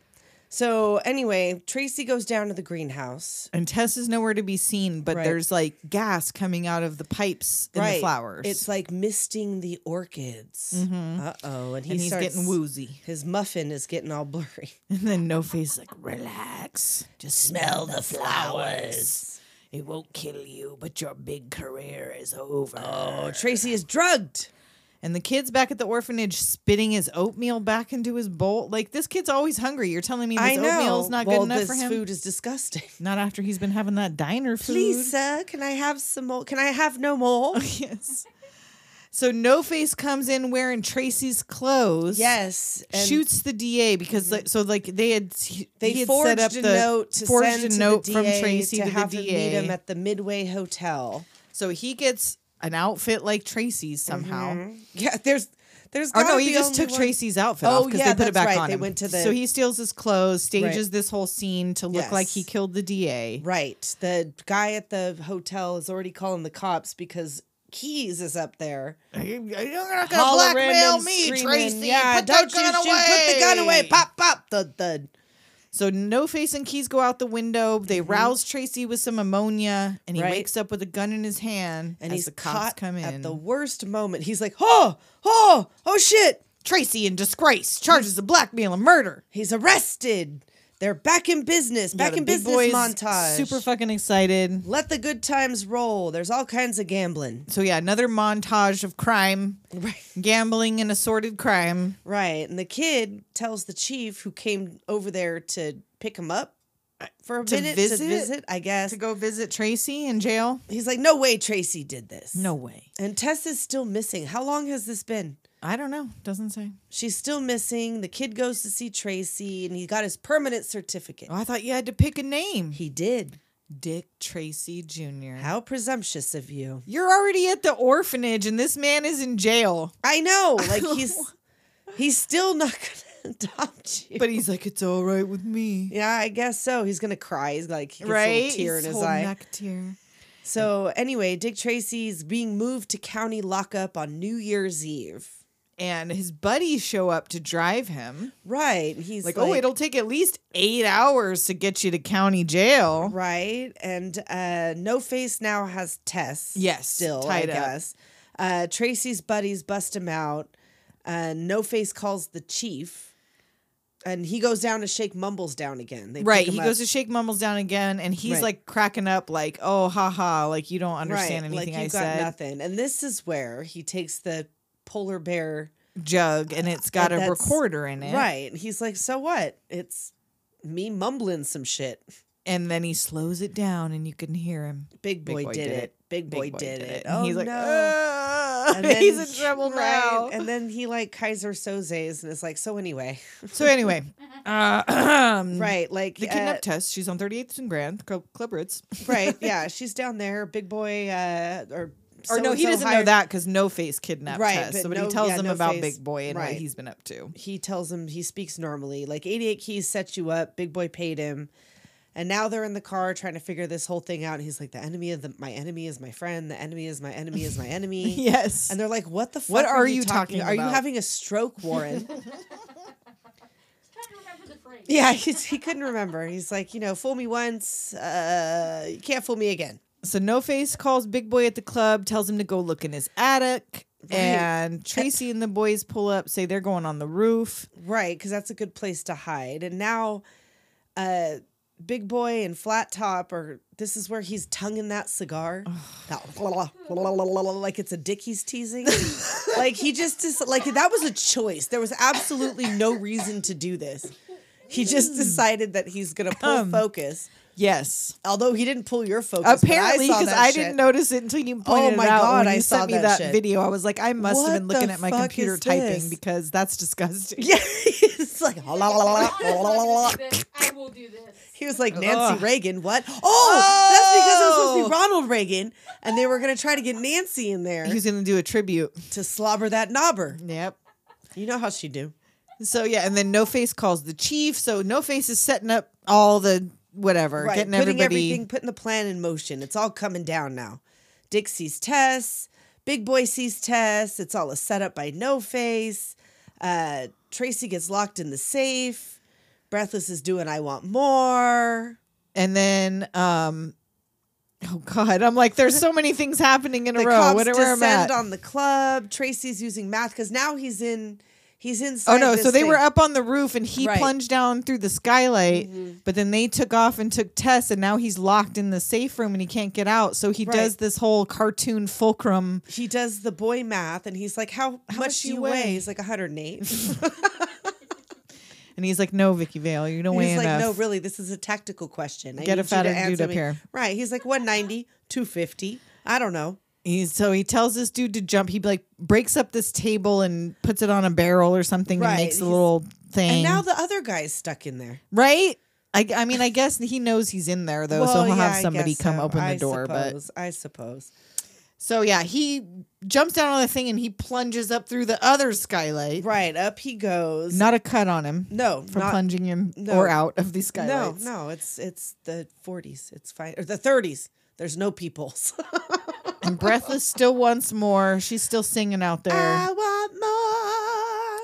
G: So anyway, Tracy goes down to the greenhouse.
F: And Tess is nowhere to be seen, but
G: Right.
F: there's like gas coming out of the pipes in
G: right.
F: the flowers. Mm-hmm.
G: It's like misting the orchids. Uh oh, and, he
F: and he's
G: starts,
F: getting woozy.
G: His muffin is getting all blurry.
F: And then No Face like, relax, just smell the flowers. It won't kill you, but your big career is over.
G: Oh, Tracy is drugged.
F: And the kid's back at the orphanage spitting his oatmeal back into his bowl. Like this kid's always hungry. You're telling me this
G: I know.
F: oatmeal's not
G: Well,
F: good enough
G: this
F: for him?
G: food is disgusting.
F: Not after he's been having that diner food.
G: Please, sir, can I have some more? Can I have no more?
F: yes. So No Face comes in wearing Tracy's clothes.
G: yes. and- Mm-hmm.
F: shoots the DA because like, so like they had he
G: They
F: had
G: forged
F: set up
G: a
F: the-
G: note to
F: forged
G: send
F: a note
G: to the
F: from
G: DA
F: Tracy
G: to,
F: to,
G: have
F: the
G: him
F: DA.
G: meet him at the Midway Hotel.
F: So he gets an outfit like Tracy's somehow.
G: Yeah, there's, there's.
F: Oh no,
G: Mm-hmm. gotta
F: he
G: be
F: just
G: only
F: took
G: one-
F: Tracy's outfit
G: Oh,
F: off because
G: yeah,
F: they put it
G: that's
F: back
G: right.
F: on
G: They
F: him.
G: went to the-
F: so he steals his clothes, stages this whole scene to look like he
G: Yes.
F: killed the DA.
G: Right, the guy at the hotel is already calling the cops because Keys is up there.
F: You're not
G: hollering and screaming, Yeah, don't you shoot! Put the gun away! Pop, pop! The the
F: So No Face and Keys go out the window. They rouse Tracy with some ammonia, and he
G: Right.
F: wakes up with a gun in his hand.
G: and
F: as
G: he's
F: the cops
G: caught
F: come in.
G: at the worst moment. He's like, oh, oh, oh, shit!
F: Tracy in disgrace charges the blackmail and murder.
G: He's arrested. They're back in business. Back
F: Got a
G: in
F: big
G: business
F: boys
G: montage.
F: Super fucking excited.
G: Let the good times roll. There's all kinds of gambling.
F: So yeah, another montage of crime,
G: Right.
F: gambling and assorted crime.
G: Right. And the kid tells the chief who came over there to pick him up for a
F: To
G: minute to
F: visit?
G: visit, I guess.
F: To go visit Tracy in jail?
G: He's like, no way Tracy did this.
F: No way.
G: And Tess is still missing. How long has this been?
F: I don't know. Doesn't say.
G: She's still missing. The kid goes to see Tracy and he got his permanent certificate.
F: Oh, I thought you had to pick a name.
G: He did.
F: Dick Tracy Jr.
G: How presumptuous of you.
F: You're already at the orphanage and this man is in jail.
G: I know. Like he's he's still not gonna adopt you.
F: But he's like, it's all right with me.
G: Yeah, I guess so. He's gonna cry. He's like he gets a
F: right?
G: little tear
F: He's
G: in his
F: holding
G: eye.
F: back a tear.
G: So anyway, Dick Tracy's being moved to county lockup on New Year's Eve.
F: And his buddies show up to drive him.
G: Right. and He's
F: Like,
G: like,
F: oh, it'll take at least eight hours to get you to county jail.
G: Right. And uh No Face now has Tess.
F: Yes,
G: Still,
F: tied
G: I
F: up.
G: guess. Uh Tracy's buddies bust him out. Uh No Face calls the chief. And he goes down to shake Mumbles down again. They pick
F: Right.
G: him
F: He
G: up.
F: goes to shake Mumbles down again and he's
G: Right.
F: like cracking up, like, oh, haha, like you don't understand
G: right,
F: anything
G: like
F: I
G: you've got
F: said.
G: nothing. And this is where he takes the polar bear
F: Jug and it's got a
G: that's-
F: recorder in it.
G: Right. And he's like, so what? It's me mumbling some shit.
F: And then he slows it down and you can hear him.
G: Big boy, did, it. Big boy, did, it. Oh,
F: and he's like,
G: no.
F: "Ah,"
G: And then-
F: he's in trouble
G: right,
F: now.
G: And then he like Kaiser Soze's and it's like, so anyway.
F: so anyway, uh,
G: Right. Like
F: The
G: uh,
F: kidnap test. She's on 38th and Grand, Club, Club Ritz.
G: right. Yeah. She's down there. Big boy uh or
F: or no, he
G: so-and-so
F: doesn't know
G: hired-
F: that because No Face kidnapped
G: Right,
F: Tess.
G: but
F: So, but he
G: No-
F: tells
G: yeah,
F: them
G: No
F: about
G: Face-
F: Big Boy and
G: right.
F: what he's been up to.
G: He tells him he speaks normally. Like 88 Keys set you up. Big boy paid him. And now they're in the car trying to figure this whole thing out. And he's like, the enemy of the, my enemy is my friend. The enemy is my enemy is my enemy.
F: Yes.
G: And they're like, "What the fuck?
F: What are
G: you,
F: you
G: talking?
F: talking
G: Are you
F: about?"
G: having a stroke, Warren?"
H: trying to remember the phrase.
G: yeah, he's, he couldn't remember. He's like, you know, fool me once, uh, you can't fool me again.
F: So No Face calls Big Boy at the club, tells him to go look in his attic, and Tracy and the boys pull up, say they're going on the roof.
G: Right, because that's a good place to hide. And now, uh, Big Boy and Flat Top are. This is where he's tonguing that cigar, That like it's a dick he's teasing. like he just just like that was a choice. There was absolutely no reason to do this. He just decided that he's gonna pull focus.
F: Yes,
G: Although he didn't pull your focus, but I
F: apparently
G: saw
F: because
G: that
F: I,
G: shit. Oh
F: didn't notice it until you pointed
G: my
F: it out
G: God,
F: when you
G: I
F: sent
G: saw
F: me
G: that
F: that
G: shit.
F: video. I was like, I must
G: What
F: have been looking
G: the
F: at my
G: fuck
F: computer
G: is this?
F: typing because that's disgusting.
G: Yeah, it's like la, la, la, la, la, la, la, la.
H: I will do this.
G: he was like Nancy
F: Ugh. Oh.
G: Reagan. What? Oh, that's because it was supposed to be Ronald Reagan, and they were gonna try to get Nancy in there
F: He's gonna do a tribute.
G: to slobber that knobber.
F: Yep.
G: You know how she do.
F: So yeah, and then No Face calls the chief. So No Face is setting up all the whatever,
G: Right,
F: getting
G: putting
F: everybody.
G: everything, putting the plan in motion. It's all coming down now. Dick sees Tess. Big Boy sees Tess. It's all a setup by No Face. Uh, Tracy gets locked in the safe. Breathless is doing I want more.
F: and then um oh god i'm like there's so many things happening in a
G: the
F: row
G: cops
F: what, where i'm
G: descend
F: at
G: on the club. Tracy's using math because now he's in. He's inside.
F: oh no
G: this
F: so they were
G: thing.
F: up on the roof and he
G: Right. Mm-hmm.
F: plunged down through the skylight but then they took off and took tess and now he's locked in the safe room and he can't get out so he
G: Right.
F: does this whole cartoon fulcrum
G: He does the boy math, and he's like, "How, how much do you weigh? He's like 108. he's
F: and he's like no vicky vale you don't weigh
G: like,
F: enough
G: "No, really, this is a tactical question. I
F: Get a
G: need you to
F: fatter dude
G: answer
F: up
G: me."
F: here.
G: Right? He's like 190, 250. I don't know.
F: he's, so he tells this dude to jump he like breaks up this table and puts it on a barrel or something
G: Right,
F: and makes a
G: he's-
F: little thing
G: And now the other guy's stuck in there.
F: Right? I, I mean, I guess he knows he's in there though, so
G: Well,
F: he'll
G: yeah,
F: have
G: I
F: somebody
G: guess
F: come
G: so.
F: open the
G: I
F: door. But
G: suppose, I suppose.
F: so yeah, he jumps down on the thing and he plunges up through the other skylight.
G: Right up he goes.
F: Not a cut on him
G: no,
F: from
G: not-
F: plunging him
G: no.
F: or out of the
G: No,
F: skylights.
G: no, it's it's the 40s. It's fine or the 30s. There's no peoples. Ah.
F: And breathless still wants more. She's still singing out there.
G: want more.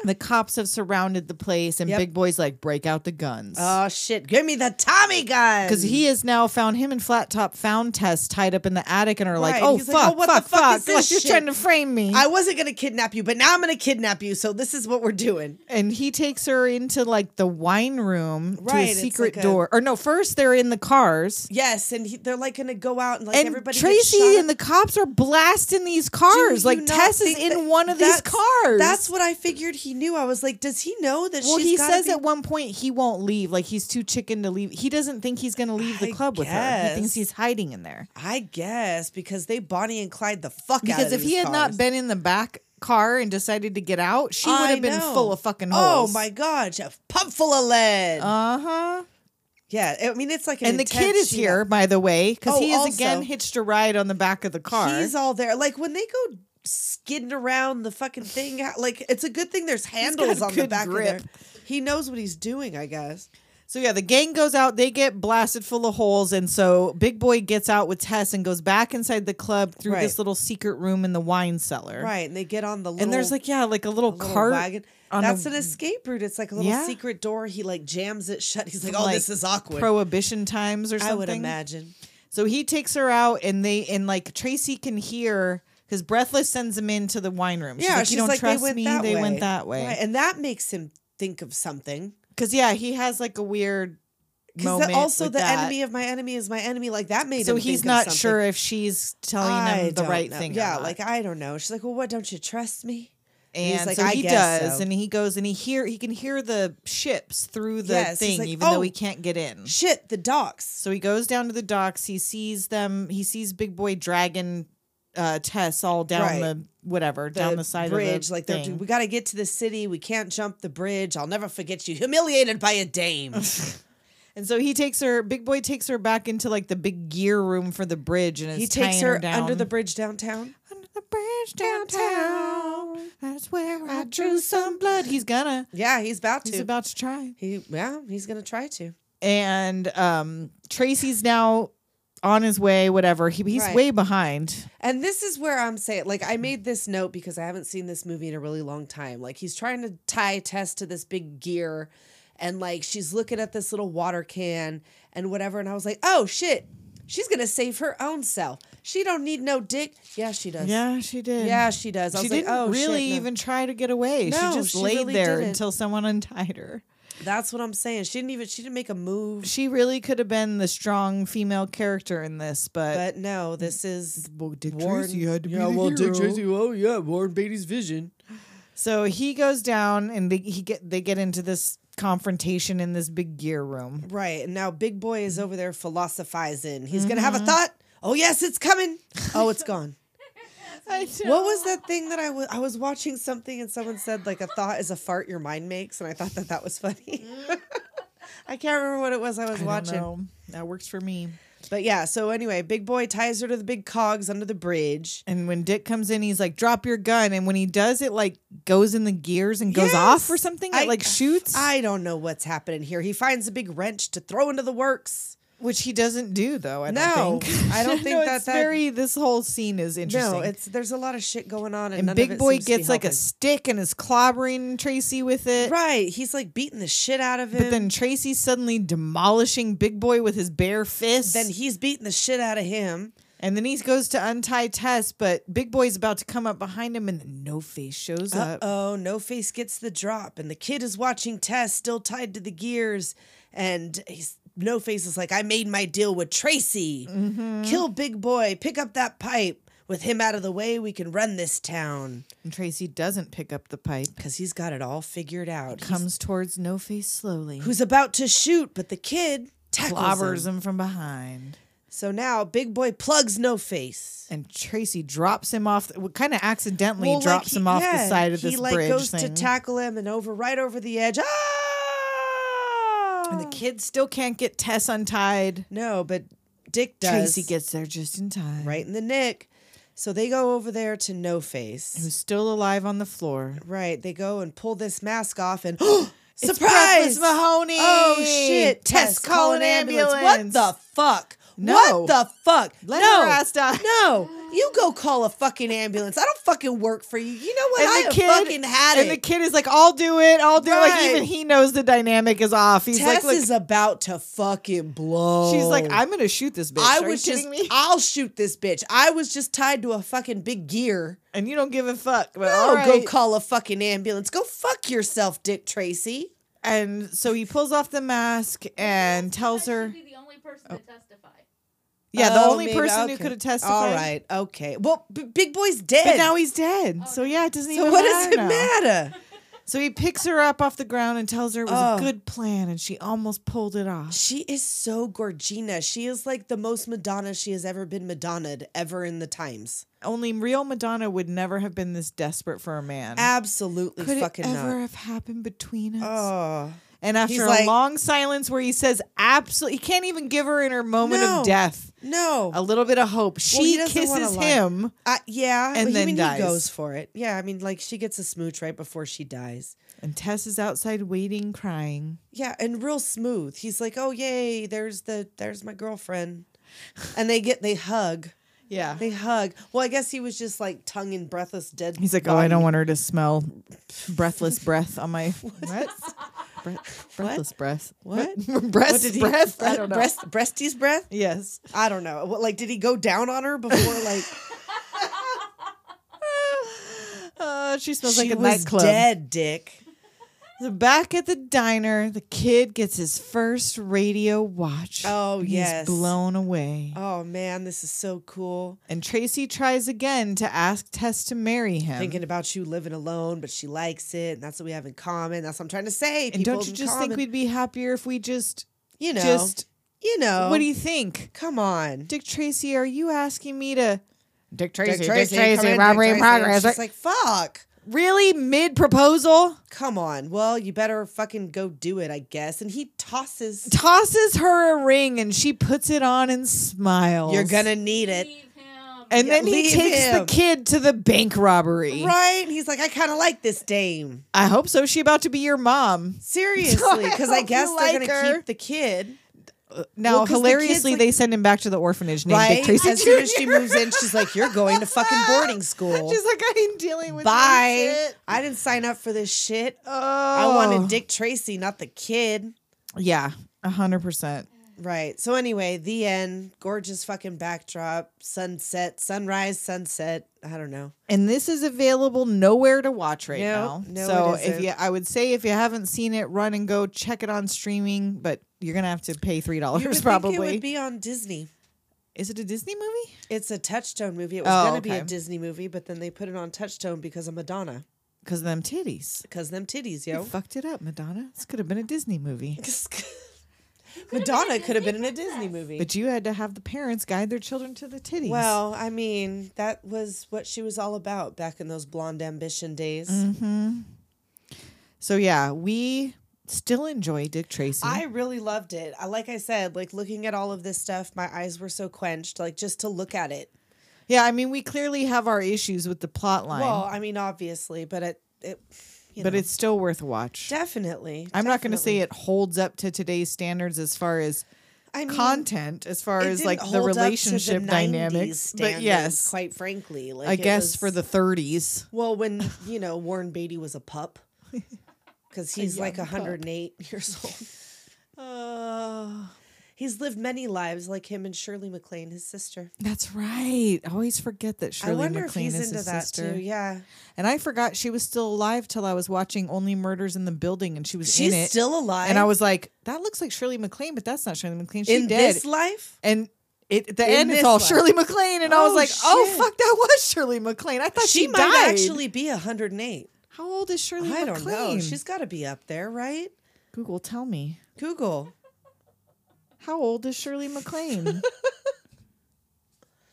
F: The cops have surrounded the place, and
G: Yep.
F: Big Boy's like, break out the guns.
G: Oh shit! Give me the Tommy gun.
F: because he has now found him and Flat Top found Tess tied up in the attic and are like,
G: Right,
F: oh,
G: he's
F: fuck,
G: like, "Oh, what the
F: fuck,
G: fuck
F: fuck.
G: is this
F: like, she's
G: shit?"
F: trying to frame me.
G: I wasn't gonna kidnap you, but now I'm gonna kidnap you. So this is what we're doing.
F: and he takes her into like the wine room
G: Right,
F: to a
G: it's
F: secret
G: like a-
F: door. Or no, first they're in the cars.
G: Yes, and he, they're like gonna go out and like
F: and
G: everybody.
F: Tracy and the cops are blasting these cars. Like Tess is in one of these cars.
G: That's what I figured. He knew. I was like, does he know that?
F: well,
G: she's
F: he
G: gotta
F: says
G: be-
F: at one point he won't leave. Like he's too chicken to leave. He doesn't think he's going to leave the
G: I
F: club with her. He thinks
G: guess.
F: he's hiding in there.
G: I guess because they Bonnie and Clyde the fuck out
F: Because
G: of
F: if
G: these
F: he had
G: cars.
F: not been in the back car and decided to get out, she would
G: I
F: have been
G: know.
F: full of fucking
G: Oh
F: holes.
G: my god, a pump full of lead.
F: Uh huh.
G: yeah, I mean it's like an
F: And the
G: intense
F: kid is
G: shootout.
F: here, by the way, because
G: Oh,
F: he is again
G: also-
F: hitched a ride on the back of the car.
G: He's all there. Like when they go skidding around the fucking thing, like it's a good thing there's handles
F: a
G: on the
F: good
G: back
F: grip.
G: of there. He knows what he's doing, I guess.
F: So yeah, the gang goes out. They get blasted full of holes, and so Big Boy gets out with Tess and goes back inside the club through
G: Right.
F: this little secret room in the wine cellar.
G: Right, and they get on the little
F: And there's like yeah, like a little,
G: a little
F: cart.
G: wagon.
F: on
G: That's
F: a-
G: an escape route. It's like a little
F: Yeah.
G: secret door. He like jams it shut. He's like,
F: from,
G: "Oh,
F: like,
G: this is awkward."
F: Prohibition times or something.
G: I would imagine.
F: So he takes her out, and they and like Tracy can hear because Breathless sends him into the wine room.
G: yeah,
F: like,
G: she's
F: you don't
G: like,
F: trust
G: "They went
F: me.
G: that
F: they
G: way."
F: went that way.
G: Right, and that makes him think of something.
F: Because yeah, he has like a weird
G: Because
F: moment.
G: also, the
F: with that.
G: enemy of my enemy is my enemy. Like that made
F: So
G: him.
F: he's
G: think of
F: not
G: something.
F: sure if she's telling
G: I
F: him the
G: don't
F: right
G: know.
F: thing. or
G: Yeah,
F: not.
G: like I don't know. She's like, well, what? Don't you trust me?
F: And
G: He's like,
F: so
G: "I
F: he
G: guess
F: does,
G: so."
F: and he goes and he hear he can hear the ships through the
G: Yes, he's
F: thing,
G: like,
F: even though he
G: "Oh,
F: can't get in.
G: Shit, the docks.
F: Mm-hmm. So he goes down to the docks. He sees them. He sees Big Boy dragging uh, Tess all down
G: Right.
F: the whatever down the side
G: bridge,
F: of the
G: like they're
F: thing.
G: we got to get to the city. We can't jump the bridge. I'll never forget you, humiliated by a dame.
F: and so he takes her. Big Boy takes her back into like the big gear room for the bridge, and
G: he
F: is
G: takes
F: tying
G: her,
F: down.
G: under the bridge downtown.
F: under the bridge downtown. That's where I drew some blood. He's gonna.
G: Yeah, he's about to.
F: He's about to try.
G: he yeah, he's gonna try to.
F: and um Tracy's now on his way, whatever. He, he's
G: Right.
F: way behind.
G: And this is where I'm saying, like, I made this note because I haven't seen this movie in a really long time. Like, he's trying to tie Tess to this big gear, and like, she's looking at this little water can and whatever. And I was like, oh shit, she's gonna save her own self. She don't need no dick. Yeah, she does.
F: Yeah, she did.
G: yeah, she does. I
F: she
G: was
F: didn't
G: like, oh,
F: really
G: shit, no.
F: even try to get away.
G: No,
F: she just
G: she
F: laid
G: really
F: there
G: didn't.
F: until someone untied her.
G: That's what I'm saying. She didn't even. She didn't make a move.
F: She really could have been the strong female character in this, but,
G: But no, this is
F: well, Dick
G: Oh yeah, Warren Beatty's vision.
F: So he goes down, and they, he get they get into this confrontation in this big gear room.
G: Right. And now Big Boy is over there philosophizing. He's going to
F: Mm-hmm.
G: have a thought. Oh, yes, it's coming. Oh, it's gone. What was that thing that I was I was watching something and someone said like a thought is a fart your mind makes and I thought that that was funny. I can't remember what it was I was
F: Mm. I don't
G: watching.
F: know. That works for me.
G: But yeah, so anyway, Big Boy ties her to the big cogs under the bridge.
F: And when Dick comes in, he's like, "Drop your gun!" And when he does, it like goes in the gears and goes off or
G: Yes.
F: something.
G: I-
F: it like shoots,
G: I don't know what's happening here. He finds a big wrench to throw into the works.
F: which he doesn't do though. I
G: No,
F: don't think.
G: I don't think
F: no,
G: that-
F: it's
G: that-
F: very. This whole scene is interesting.
G: No, it's there's a lot of shit going on and,
F: and
G: none of
F: Big
G: it
F: Boy
G: seems to be
F: gets like a
G: helping.
F: stick and is clobbering Tracy with it.
G: Right, he's like beating the shit out of him.
F: But then Tracy's suddenly demolishing Big Boy with his bare fist.
G: then he's beating the shit out of him.
F: and then he goes to untie Tess, but Big Boy's about to come up behind him, and then No Face shows up.
G: Oh, No Face gets the drop, and the kid is watching Tess still tied to the gears, and he's No Face is like, "I made my deal with Tracy.
F: Mm-hmm.
G: Kill Big Boy. Pick up that pipe. With him out of the way, we can run this town."
F: And Tracy doesn't pick up the pipe.
G: Because he's got it all figured out. He's-
F: Comes towards No Face slowly.
G: who's about to shoot, but the kid tackles
F: clobbers
G: him.
F: him from behind.
G: So now Big Boy plugs No Face.
F: And Tracy drops him off, kind of accidentally
G: Well, like,
F: drops
G: he-
F: him off
G: yeah,
F: the side of
G: he,
F: this
G: like,
F: bridge
G: goes
F: thing.
G: to tackle him and over right over the edge. Ah!
F: and the kid still can't get Tess untied.
G: No, but Dick does.
F: Tracy gets there just in time.
G: right in the nick. So they go over there to No Face.
F: Who's still alive on the floor.
G: Right, they go and pull this mask off and
F: It's
G: surprise
F: Breathless Mahoney!
G: Oh shit!
F: Tess,
G: Tess, call an ambulance.
F: ambulance.
G: What the fuck?
F: No.
G: What the fuck?
F: Let
G: no.
F: her ass die.
G: No. You go call a fucking ambulance. I don't fucking work for you. You know what?
F: And
G: I
F: the
G: have
F: kid
G: fucking had
F: and
G: it.
F: the kid is like, "I'll do it. I'll do it." Like
G: Right.
F: even he knows the dynamic is off. He's
G: Tess
F: like, "Look."
G: is about to fucking blow.
F: she's like, "I'm gonna shoot this bitch."
G: I
F: Are you
G: was just,
F: kidding me?
G: I'll shoot this bitch. I was just tied to a fucking big gear.
F: and you don't give a fuck. But
G: Oh,
F: all right.
G: go call a fucking ambulance. Go fuck yourself, Dick Tracy.
F: and so he pulls off the mask and tells her,
H: Be the only person to testify.
F: "Yeah, the
G: Oh,
F: only
G: maybe-
F: person who
G: okay.
F: could have testified."
G: All right, okay. Well, B- Big Boy's dead.
F: But now he's dead. So yeah, it doesn't
G: so
F: even
G: what
F: matter.
G: does it
F: now.
G: matter?
F: So he picks her up off the ground and tells her it was
G: Oh.
F: a good plan, and she almost pulled it off.
G: She is so Gorgina. She is like the most Madonna she has ever been Madonna'd ever in the times.
F: Only real Madonna would never have been this desperate for a man.
G: Absolutely
F: Could it
G: fucking
F: ever
G: not.
F: have happened between us?
G: Oh.
F: and
G: he's
F: after a
G: like-
F: long silence, where he says, "Absolutely," he can't even give her in her moment
G: No.
F: of death
G: No.
F: a little bit of hope.
G: Well, he
F: She
G: doesn't wanna
F: kisses
G: lie.
F: him.
G: Uh, yeah,
F: And
G: but
F: then
G: I mean,
F: dies.
G: he goes for it. Yeah, I mean, like she gets a smooch right before she dies.
F: And Tess is outside waiting, crying.
G: Yeah, and real smooth. He's like, "Oh yay, there's the there's my girlfriend," and they get they hug.
F: Yeah.
G: They hug. Well, I guess he was just like tongue and breathless, dead.
F: He's like, oh, I don't want her to smell breathless breath on my what? Bre- breathless breath.
G: What?
F: breast
G: What did he-
F: breath? I don't know.
G: Breast, breasty's breath.
F: Yes.
G: I don't know. What, like, did he go down on her before? Like,
F: Uh, she smells
G: she
F: like a
G: was
F: nightclub.
G: dead, Dick.
F: So back at the diner, the kid gets his first radio watch.
G: Oh,
F: He's
G: yes.
F: blown away.
G: Oh man, this is so cool.
F: And Tracy tries again to ask Tess to marry him.
G: Thinking about you living alone, but she likes it, and that's what we have in common. That's what I'm trying to say.
F: and don't
G: people
F: you
G: in
F: just
G: common.
F: think we'd be happier if we just,
G: you know,
F: just,
G: you know,
F: what do you think?
G: come on?
F: Dick Tracy, are you asking me to Dick Tracy,
G: come in, Dick Tracy. She's like, fuck.
F: really mid proposal?
G: Come on. Well, you better fucking go do it, I guess. And he tosses.
F: Tosses her a ring and she puts it on and smiles.
G: You're gonna need it,
H: Leave him.
F: And
G: Yeah,
F: then he
G: leave
F: takes the
G: him.
F: kid to the bank robbery.
G: right? And he's like, I kind of like this dame.
F: I hope so. She about to be your mom.
G: Seriously, because I
F: hope
G: guess
F: you
G: they're
F: like
G: gonna
F: her.
G: keep the kid.
F: Now,
G: 'cause the kid's
F: hilariously,
G: like-
F: they send him back to the orphanage named
G: right?
F: Dick Tracy.
G: as soon as she moves in, she's like, "You're going to fucking boarding school.
F: She's like, I ain't dealing with
G: Bye.
F: this shit.
G: I didn't sign up for this shit.
F: Oh.
G: I wanted Dick Tracy, not the kid."
F: Yeah, hundred percent.
G: Right. So anyway, the end. Gorgeous fucking backdrop. Sunset, sunrise, sunset. I don't know.
F: And this is available nowhere to watch right
G: No,
F: now.
G: no,
F: so
G: it
F: if
G: isn't.
F: you I would say if you haven't seen it, run and go check it on streaming, but you're gonna have to pay three
G: You would
F: dollars
G: think it
F: probably.
G: would be on Disney.
F: is it a Disney movie?
G: It's a Touchstone movie. It was
F: Oh,
G: gonna be a
F: okay.
G: Disney movie, but then they put it on Touchstone because of Madonna.
F: Because of them titties.
G: Because them titties,
F: You
G: yo.
F: fucked it up, Madonna. This could have been a Disney movie.
G: Madonna could have been in a Disney movie.
F: But you had to have the parents guide their children to the titties.
G: Well, I mean, that was what she was all about back in those blonde ambition days.
F: Mm-hmm. so yeah, we still enjoy Dick Tracy.
G: I really loved it. I like I said, like looking at all of this stuff, my eyes were so quenched, like just to look at it.
F: yeah, I mean we clearly have our issues with the plot line.
G: Well, I mean, obviously, but it, it you
F: but
G: know,
F: it's still worth a watch.
G: definitely.
F: I'm not going to say it holds up to today's standards as far as
G: I mean,
F: content, as far
G: it
F: as
G: didn't
F: like
G: hold
F: the
G: up to
F: relationship
G: 90s
F: dynamics. But
G: standards,
F: yes,
G: quite frankly, like
F: I
G: it
F: guess
G: was-
F: for the 30s.
G: well, when you know Warren Beatty was a pup, because he's like
F: young
G: 108 years old. Uh. He's lived many lives, like him and Shirley MacLaine, his sister.
F: That's right. I always forget that Shirley
G: I wonder
F: MacLaine
G: if
F: is
G: he's into
F: his
G: that
F: sister.
G: too. Yeah,
F: And I forgot she was still alive till I was watching Only Murders in the Building, and she was
G: she's
F: in it.
G: still alive.
F: and I was like, "That looks like Shirley MacLaine, but that's not Shirley MacLaine. She
G: in
F: dead."
G: this life.
F: and it, at the
G: In
F: end, it's
G: this
F: all
G: life.
F: Shirley MacLaine, and I was
G: Oh,
F: like, "Oh
G: shit.
F: fuck, that was Shirley MacLaine. I thought she,
G: She, might
F: died."
G: actually be 108.
F: How old is Shirley
G: I
F: MacLaine?
G: don't know. She's got to be up there, right?
F: Google, tell me.
G: Google.
F: How old is Shirley MacLaine?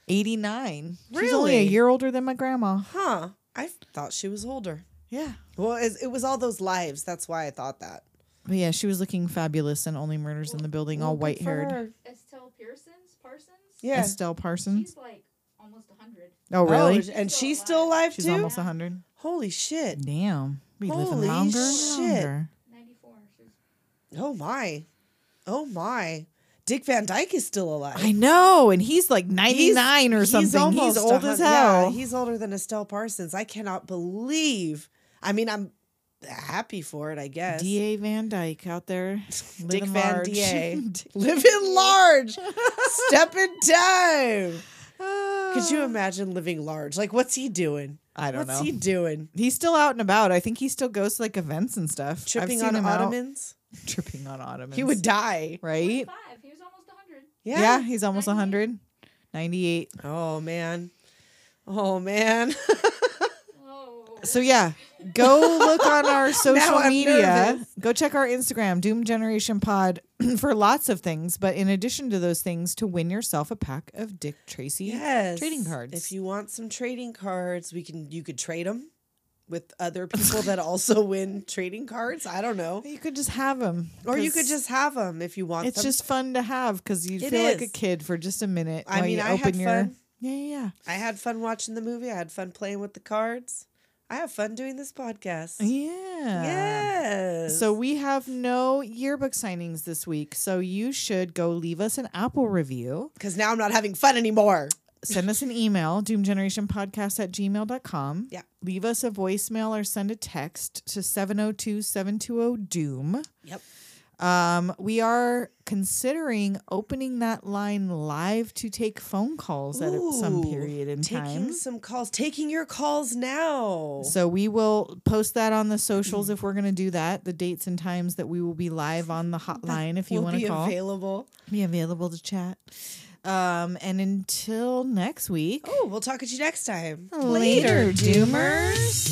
F: 89. She's only a
G: Really?
F: year older than my grandma.
G: Huh. I thought she was older.
F: Yeah.
G: Well, it, it was all those lives. That's why I thought that.
F: But yeah, she was looking fabulous and only murders in the building, all white haired.
H: Estelle Pearson's Parsons.
G: Yeah.
F: Estelle Parsons.
H: She's like almost hundred.
F: Oh, really?
G: Oh, and she's still alive
F: She's
G: too?
F: almost 100.
G: Holy shit.
F: Damn. We
G: Holy
F: living longer and
G: shit.
F: longer.
H: Ninety-four. She's
G: Oh my. Oh my. Dick Van Dyke is still alive.
F: I know, and he's like ninety
G: He's-
F: nine or something. He's,
G: almost
F: old
G: a hun-
F: as hell.
G: Yeah, he's older than Estelle Parsons. I cannot believe. I mean, I'm happy for it, I guess.
F: Da Van Dyke out there,
G: Dick
F: living
G: Van
F: large.
G: Da. Living large. Step in time. Could you imagine living large? Like, what's he doing?
F: I don't
G: what's
F: know.
G: he doing?
F: He's still out and about. I think he still goes to like events and stuff. I've
G: Tripping
F: seen
G: on
F: him out.
G: ottomans?
F: Tripping on ottomans.
G: He would die.
F: right?
H: Five. He was almost 100.
F: Yeah,
G: Yeah.
F: he's almost 100. 98.
G: Oh man. Oh man.
H: Oh.
F: So yeah, go look on our social
G: I'm
F: media.
G: nervous.
F: Go check our Instagram, Doom Generation Pod, for lots of things. But in addition to those things, to win yourself a pack of Dick Tracy
G: yes.
F: trading cards.
G: If you want some trading cards, we can you could trade them with other people that also win trading cards. I don't know.
F: You could just have them,
G: Or you could just have them if you want
F: It's
G: them.
F: just fun to have because you
G: It
F: feel like a
G: is.
F: kid for just a minute.
G: I
F: while
G: mean,
F: you
G: I
F: open
G: had
F: your
G: fun.
F: yeah, yeah,
G: I had fun watching the movie. I had fun playing with the cards. I have fun doing this podcast.
F: yeah, yeah.
G: Yes.
F: So we have no yearbook signings this week, so you should go leave us an Apple review.
G: because now I'm not having fun anymore.
F: send us an email doomgenerationpodcast at gmail.com
G: Yeah.
F: leave us a voicemail or send a text to 702-720-doom
G: Yep.
F: oh, um, we are considering opening that line live to take phone calls at a- some
G: Ooh,
F: period in
G: taking
F: time
G: some calls, taking your calls now.
F: so we will post that on the socials if we're going to do that the dates and times that we will be live on the hotline if you
G: will
F: want
G: be
F: to call
G: available.
F: be available to chat um, and until next week
G: Oh, we'll talk at you next time.
F: Later, doomers.